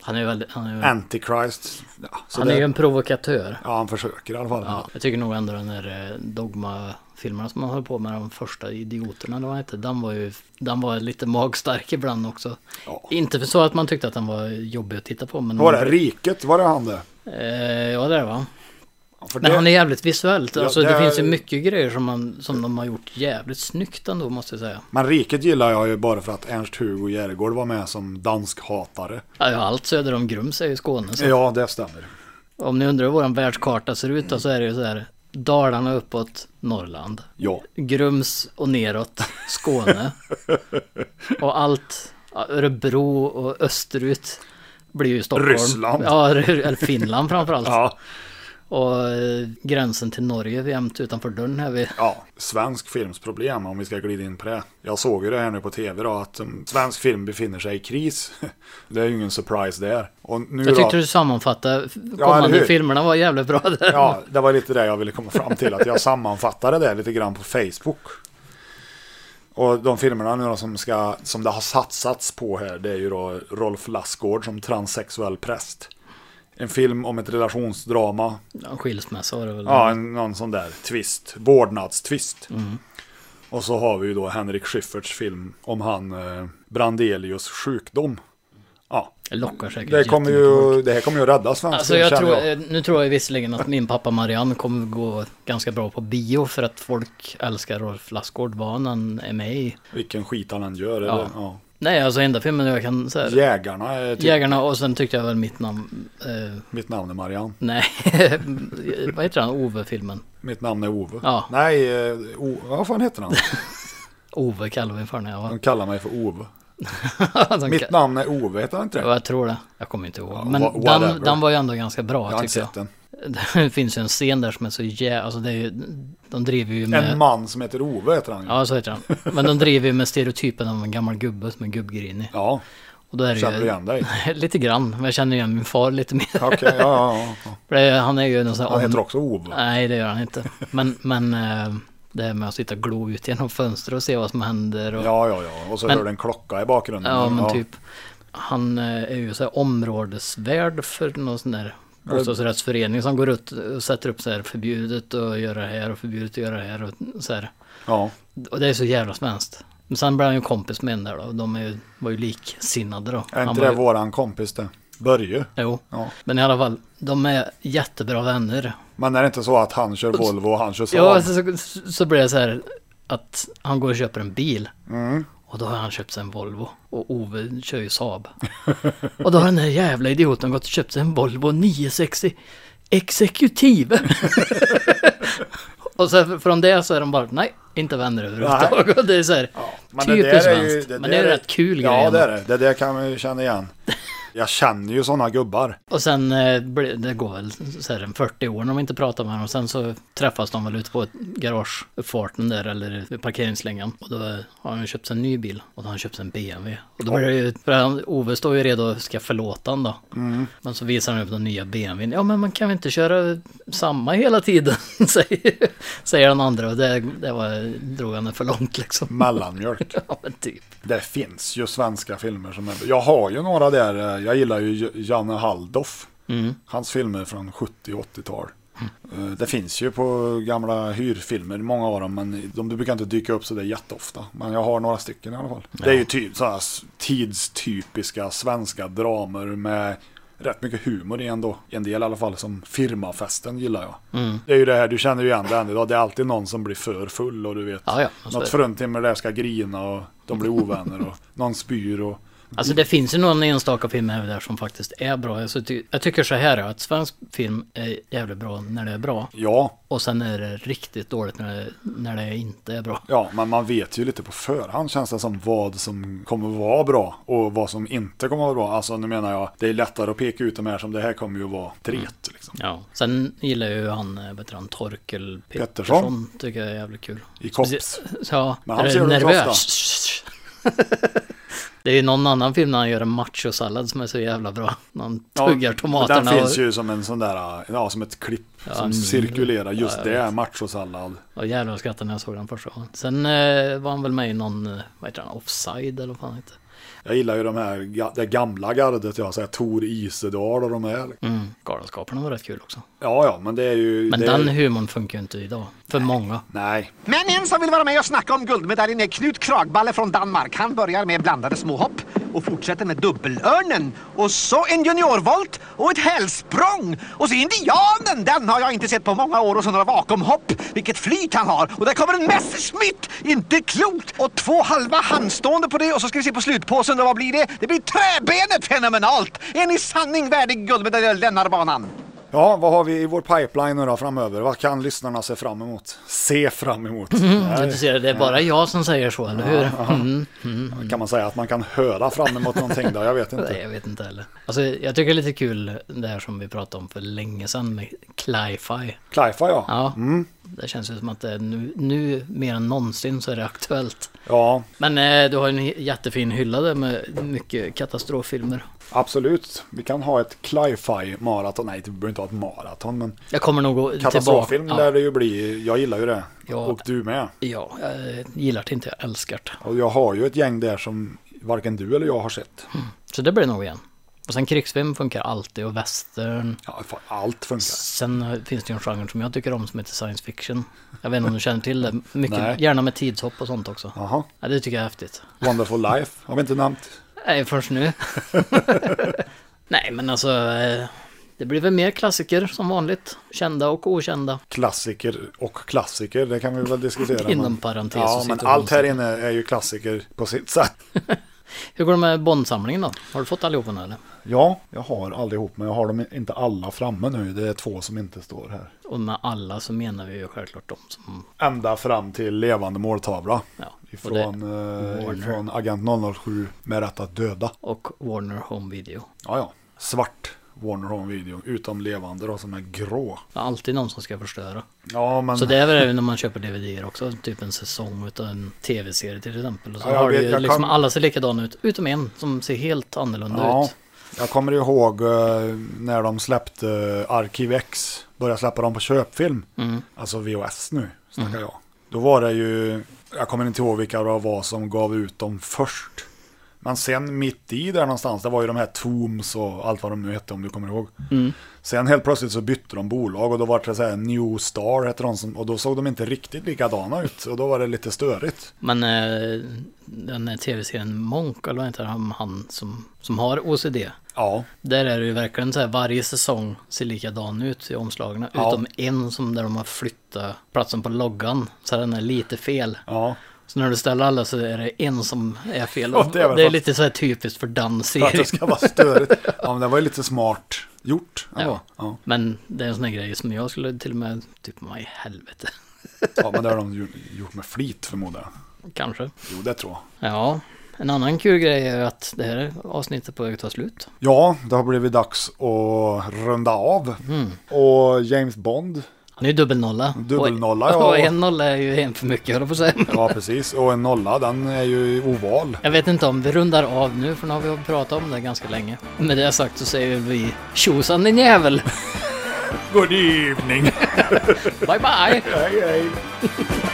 Speaker 4: Han är ju väldigt... Han är ju,
Speaker 3: Antichrist. Ja, så
Speaker 4: Mm. han
Speaker 3: det,
Speaker 4: är ju en provokatör.
Speaker 3: ja, han försöker i alla fall.
Speaker 4: Ja, jag tycker nog ändå den här eh, Dogma-filmerna som man höll på med, de första idioterna eller vad han hette, den var ju den var lite magstark ibland också.
Speaker 3: Ja.
Speaker 4: Inte för så att man tyckte att den var jobbig att titta på, men...
Speaker 3: Var det Riket? Var det han det?
Speaker 4: Eh, ja, det är det, va?
Speaker 3: Ja, för
Speaker 4: Men
Speaker 3: det-
Speaker 4: han är jävligt visuellt.
Speaker 3: Ja,
Speaker 4: Alltså
Speaker 3: det
Speaker 4: det,
Speaker 3: är-
Speaker 4: finns ju mycket grejer som, man, som de har gjort jävligt snyggt ändå måste jag säga.
Speaker 3: Men Riket gillar jag ju bara för att Ernst-Hugo Järegård var med som danskhatare.
Speaker 4: Ja, ja, allt söder om Grums är ju Skåne. Så.
Speaker 3: Ja, det stämmer.
Speaker 4: Om ni undrar hur vår världskarta ser ut då, så är det ju så här. Dalarna uppåt, Norrland.
Speaker 3: Ja.
Speaker 4: Grums och neråt, Skåne. och allt, ja, Örebro och österut blir ju Stockholm.
Speaker 3: Ryssland.
Speaker 4: Ja, eller Finland framförallt.
Speaker 3: Ja.
Speaker 4: Och eh, gränsen till Norge är jämt utanför dörren här vid.
Speaker 3: ja, svensk films problem om vi ska glida in på det. Jag såg ju det här nu på tv då att um, svensk film befinner sig i kris. Det är ju ingen surprise där. Och nu
Speaker 4: Jag tyckte
Speaker 3: då,
Speaker 4: du sammanfattade
Speaker 3: eller
Speaker 4: kommande
Speaker 3: hur?
Speaker 4: filmerna var jävligt bra där.
Speaker 3: Ja, det var lite det jag ville komma fram till. Att jag sammanfattade det lite grann på Facebook. Och de filmerna nu då som, ska, som det har satsats på här det är ju då Rolf Lassgård som transsexuell präst. En film om ett relationsdrama
Speaker 4: En skilsmässa var det väl?
Speaker 3: Ja, en, någon sån där twist. Vårdnadstvist.
Speaker 4: Mm.
Speaker 3: Och så har vi ju då Henrik Schyfferts film om han eh, Brandelius sjukdom. Ja,
Speaker 4: Det lockar säkert
Speaker 3: det, kommer
Speaker 4: jättemycket folk.
Speaker 3: ju, det här kommer ju att rädda svensk
Speaker 4: Alltså
Speaker 3: film,
Speaker 4: jag
Speaker 3: känner
Speaker 4: tror, eh, nu tror jag visserligen att min pappa Marianne kommer gå ganska bra på bio för att folk älskar Rolf Lassgård vad han än är med i.
Speaker 3: Vilken skit han än gör. Eller,
Speaker 4: Ja.
Speaker 3: ja.
Speaker 4: Nej, alltså enda filmen jag kan säga.
Speaker 3: Jägarna är typ,
Speaker 4: Jägarna och sen tyckte jag väl mitt namn... Eh,
Speaker 3: Mitt namn är Marianne.
Speaker 4: nej, vad heter han? Ove-filmen.
Speaker 3: Mitt namn är Ove.
Speaker 4: Ja.
Speaker 3: Nej, eh, o, vad fan heter han?
Speaker 4: Ove kallar vi för den.
Speaker 3: De
Speaker 4: ja.
Speaker 3: kallar mig för Ove.
Speaker 4: De
Speaker 3: Mitt
Speaker 4: ka-
Speaker 3: namn är Ove, heter han inte
Speaker 4: Ja,
Speaker 3: det?
Speaker 4: jag tror det. Jag kommer inte ihåg.
Speaker 3: Ja, wha-
Speaker 4: Men
Speaker 3: whatever.
Speaker 4: den, den var ju ändå ganska bra
Speaker 3: Jag har inte
Speaker 4: tycker jag.
Speaker 3: sett den.
Speaker 4: Det finns ju en scen där som är så jävla... Alltså det är ju... De driver ju med...
Speaker 3: En man som heter Ove heter han ju.
Speaker 4: Ja, så heter han. Men de driver ju med stereotypen om en gammal gubbe som är gubbgrinig.
Speaker 3: Ja,
Speaker 4: Och då är det
Speaker 3: känner du
Speaker 4: ju...
Speaker 3: igen dig?
Speaker 4: Lite grann, men jag känner igen min far lite mer.
Speaker 3: Okej, ja, ja, ja.
Speaker 4: För det- Han är ju någon sån här...
Speaker 3: Han heter
Speaker 4: om-
Speaker 3: också Ove.
Speaker 4: Nej, det gör han inte. Men, men eh, det här med att sitta och glo ut genom fönster och se vad som händer. Och,
Speaker 3: Ja, ja, ja. Och så
Speaker 4: Men-
Speaker 3: hör du en klocka i bakgrunden.
Speaker 4: Ja, men typ. Han eh, är ju så här områdesvärd för någon sån där bostadsrättsförening som går ut och sätter upp så här förbjudet att göra det här och förbjudet att göra det här. Och, så här.
Speaker 3: Ja,
Speaker 4: och det är så jävla svenskt. Men sen blev han ju kompis med en där då. och De är, ju- var ju liksinnade då.
Speaker 3: Är
Speaker 4: Han
Speaker 3: inte
Speaker 4: var
Speaker 3: det
Speaker 4: ju-
Speaker 3: våran kompis det? Börje.
Speaker 4: Jo,
Speaker 3: Ja.
Speaker 4: men i alla fall, de är jättebra vänner.
Speaker 3: Men är det inte så att han kör Volvo och han kör Saab?
Speaker 4: Ja, alltså, så, så, så blir det så här att han går och köper en bil.
Speaker 3: Mm.
Speaker 4: Och då har han köpt sig en Volvo. Och Ove kör ju Saab. och då har den här jävla idioten gått och köpt sig en Volvo 960 Exekutiv. och så från det så är de bara, nej, inte vänner överhuvudtaget. Och Det är så här,
Speaker 3: Men det
Speaker 4: typiskt
Speaker 3: där är ju-
Speaker 4: svenskt.
Speaker 3: det
Speaker 4: Men
Speaker 3: där
Speaker 4: det är ju rätt kul grej.
Speaker 3: Ja,
Speaker 4: ändå.
Speaker 3: det är det. Det där kan man ju känna igen. Jag känner ju sådana gubbar.
Speaker 4: Och sen, eh, blir- det går väl så här en 40 år när de inte pratar med honom. Sen så träffas de väl ute på ett garageuppfarten där eller vid parkeringslängan. Och då har han ju köpt sig en ny bil och då har han köpt sig en BMW. Och då blir det ju, för han, Ove står ju redo och ska förlåta honom då.
Speaker 8: Mm.
Speaker 4: Men så visar han upp den nya BMWn. Ja men man kan väl inte köra samma hela tiden, säger, säger den andra. Och det, det var, drog han det för långt liksom.
Speaker 3: Mellanmjölk.
Speaker 4: ja men typ.
Speaker 3: Det finns ju svenska filmer som är... Jag har ju några där. eh, Jag gillar ju J- Janne Halldoff.
Speaker 4: Mm.
Speaker 3: Hans filmer från 70 och 80-tal. Eh, Det finns ju på gamla hyrfilmer, många av dem, men de brukar inte dyka upp så där jätteofta. Men jag har några stycken i alla fall. Det är ju typ ty- sådana tidstypiska svenska dramer med rätt mycket humor i ändå. En del i alla fall, som firmafesten gillar jag.
Speaker 8: Mm.
Speaker 3: Det är ju det här, du känner ju igen det än idag. Det är alltid någon som blir för full och du vet.
Speaker 4: Ja, ja, så
Speaker 3: något
Speaker 4: är det.
Speaker 3: fruntimmer där ska grina och de blir ovänner och någon spyr och...
Speaker 4: Alltså det finns ju någon enstaka film här och där som faktiskt är bra. Alltså, ty- jag tycker så här att svensk film är jävligt bra när det är bra.
Speaker 3: Ja.
Speaker 4: Och sen är det riktigt dåligt när det, när det inte är bra.
Speaker 3: Ja, men man vet ju lite på förhand känns det som vad som kommer vara bra och vad som inte kommer vara bra. Alltså nu menar jag, det är lättare att peka ut de här som det här kommer ju att vara tret.
Speaker 4: Mm.
Speaker 3: Liksom.
Speaker 4: Ja. Sen gillar jag ju han, eh, vad heter han, Torkel Pettersson.
Speaker 3: Pettersson.
Speaker 4: Tycker jag är jävligt kul.
Speaker 3: I Kops.
Speaker 4: Specie- Ja,
Speaker 3: Men han
Speaker 4: är
Speaker 3: ser du inte
Speaker 4: nervös. Det är ju någon annan film när han gör en machosallad som är så jävla bra. När han tuggar tomaterna.
Speaker 3: Den finns
Speaker 4: och-
Speaker 3: ju som en sån där, ja som ett klipp
Speaker 4: Ja,
Speaker 3: som
Speaker 4: mm.
Speaker 3: cirkulerar. Just
Speaker 4: Ja, jag
Speaker 3: det,
Speaker 4: vet.
Speaker 3: machosallad.
Speaker 4: Ja jävlar vad jag skrattade när jag såg den första gången. Sen eh, var han väl med i någon, eh, vad heter han, offside eller vad fan heter
Speaker 3: Jag gillar ju de här, ga- det gamla gardet, ja, så här Tor Isedal och de här. liksom.
Speaker 4: Mm. Galenskaparna var rätt kul också.
Speaker 3: Ja, ja, men det är ju...
Speaker 4: Men
Speaker 3: det
Speaker 4: den
Speaker 3: är,
Speaker 4: humorn funkar ju inte idag. För många.
Speaker 3: Nej.
Speaker 12: Men en som vill vara med och snacka om guldmedaljen är Knut Kragballe från Danmark. Han börjar med blandade småhopp och fortsätter med dubbelörnen. Och så en juniorvolt och ett hälsprång. Och så indianen, den har jag inte sett på många år. Och så några vakuumhopp. Vilket flyt han har. Och där kommer en Messerschmitt! Inte klokt! Och två halva handstående på det. Och så ska vi se på slutpåsen. Och vad blir det? Det blir träbenet! Fenomenalt! En i sanning värdig guldmedaljör lämnar banan.
Speaker 3: Ja, vad har vi i vår pipeline nu då framöver? Vad kan lyssnarna se fram emot? Se fram emot.
Speaker 4: Ja, du ser, det är bara jag som säger så, eller hur?
Speaker 3: Ja.
Speaker 4: Mm.
Speaker 3: Kan man säga att man kan höra fram emot någonting då? Jag vet inte.
Speaker 4: Nej, jag vet inte heller. Alltså, jag tycker det är lite kul det här som vi pratade om för länge sedan med Cli-Fi.
Speaker 3: Cli-Fi, ja. Mm.
Speaker 4: Ja, det känns ju som att det är nu, nu mer än någonsin så är det aktuellt.
Speaker 3: Ja,
Speaker 4: Men eh, du har ju en he- jättefin hylla där med mycket katastroffilmer.
Speaker 3: absolut. Vi kan ha ett Cli-Fi maraton. Nej, det behöver inte ha ett maraton, men
Speaker 4: Jag kommer nog gå
Speaker 3: katastroffilm
Speaker 4: tillbaka.
Speaker 3: lär det ju bli. Jag gillar ju det.
Speaker 4: Ja.
Speaker 3: Och du med.
Speaker 4: Ja, jag gillar det inte, jag älskar det.
Speaker 3: Och jag har ju ett gäng där som varken du eller jag har sett.
Speaker 4: Så det blir det nog igen. Och sen krigsfilm funkar alltid och western.
Speaker 3: Ja, allt funkar.
Speaker 4: Sen eh, finns det ju en genre som jag tycker om som heter science fiction. Jag vet inte om du känner till det.
Speaker 3: Nej.
Speaker 4: Mycket, gärna med tidshopp och sånt också.
Speaker 3: Jaha.
Speaker 4: Ja, det tycker jag är häftigt.
Speaker 3: Wonderful Life har vi inte nämnt.
Speaker 4: Nej, först nu. Nej, men alltså. eh, Det blir väl mer klassiker som vanligt. Kända och okända.
Speaker 3: Klassiker och klassiker, det kan vi väl diskutera.
Speaker 4: Inom
Speaker 3: men-
Speaker 4: parentes
Speaker 3: Ja,
Speaker 4: och
Speaker 3: men
Speaker 4: situation.
Speaker 3: allt här inne är ju klassiker på sitt sätt.
Speaker 4: Hur går det med Bondsamlingen då? Har du fått allihopa nu eller?
Speaker 3: Ja, jag har allihop, men jag har dem inte alla framme nu. Det är två som inte står här.
Speaker 4: Och med alla så menar vi ju självklart de som...
Speaker 3: Ända fram till levande måltavla. Ifrån, eh,
Speaker 4: Warner.
Speaker 3: ifrån Agent 007 med rätt att döda.
Speaker 4: Och Warner Home Video.
Speaker 3: Ja, ja. Svart Warner Home Video, utom levande då som är grå.
Speaker 4: Det är alltid någon som ska förstöra.
Speaker 3: Ja, men...
Speaker 4: Så det är väl även när man köper DVDer också, typ en säsong utav en tv-serie till exempel. Och så
Speaker 3: Ja, jag
Speaker 4: har
Speaker 3: vet,
Speaker 4: du ju
Speaker 3: jag
Speaker 4: liksom
Speaker 3: kan-
Speaker 4: alla ser likadana ut, utom en som ser helt annorlunda
Speaker 3: Ja,
Speaker 4: ut.
Speaker 3: jag kommer ihåg eh, när de släppte eh, Arkiv X, började släppa dem på köpfilm.
Speaker 4: Mm.
Speaker 3: Alltså VHS nu, snackar
Speaker 4: Mm.
Speaker 3: jag. Då var det ju, jag kommer inte ihåg vilka det var som gav ut dem först. Men sen mitt i där någonstans, det var ju de här Tooms och allt vad de nu hette om du kommer ihåg.
Speaker 13: Mm.
Speaker 3: Sen helt plötsligt så bytte de bolag och då var det så här New Star hette de som, och då såg de inte riktigt likadana ut och då var det lite störigt.
Speaker 4: Men eh, den här tv-serien Monk, eller vad heter han, han som, som har OCD?
Speaker 3: Ja.
Speaker 4: Där är det ju verkligen så här, varje säsong ser likadan ut i omslagen.
Speaker 3: Ja.
Speaker 4: Utom en som där de har flyttat platsen på loggan, så den är lite fel. Så när du ställer alla så är det en som är fel.
Speaker 3: Ja, det är väl
Speaker 4: det är
Speaker 3: fast-
Speaker 4: lite så här typiskt för den
Speaker 3: För att det
Speaker 4: serien.
Speaker 3: ska vara störigt. Ja men det var ju lite smart gjort.
Speaker 4: Ja.
Speaker 3: Ja.
Speaker 4: Men det är en sån här grej som jag skulle till och med, typ, vad i helvete.
Speaker 3: ja men det har de ju gjort med flit förmodar jag.
Speaker 4: Kanske.
Speaker 3: Jo det tror jag.
Speaker 4: Ja, en annan kul grej är att det här avsnittet är på väg att ta slut.
Speaker 3: Ja, det har blivit dags att runda av. Och James Bond.
Speaker 4: Han är ju dubbelnolla.
Speaker 3: Dubbelnolla,
Speaker 4: och,
Speaker 3: ja.
Speaker 4: Och en nolla är ju en för mycket, höll jag på att säga.
Speaker 3: Ja, precis. Och en nolla, den är ju oval.
Speaker 4: Jag vet inte om vi rundar av nu, för nu har vi pratat om det ganska länge. Med det sagt så säger vi tjosan din jävel!
Speaker 3: Good evening!
Speaker 4: bye bye!
Speaker 3: Hej, hej!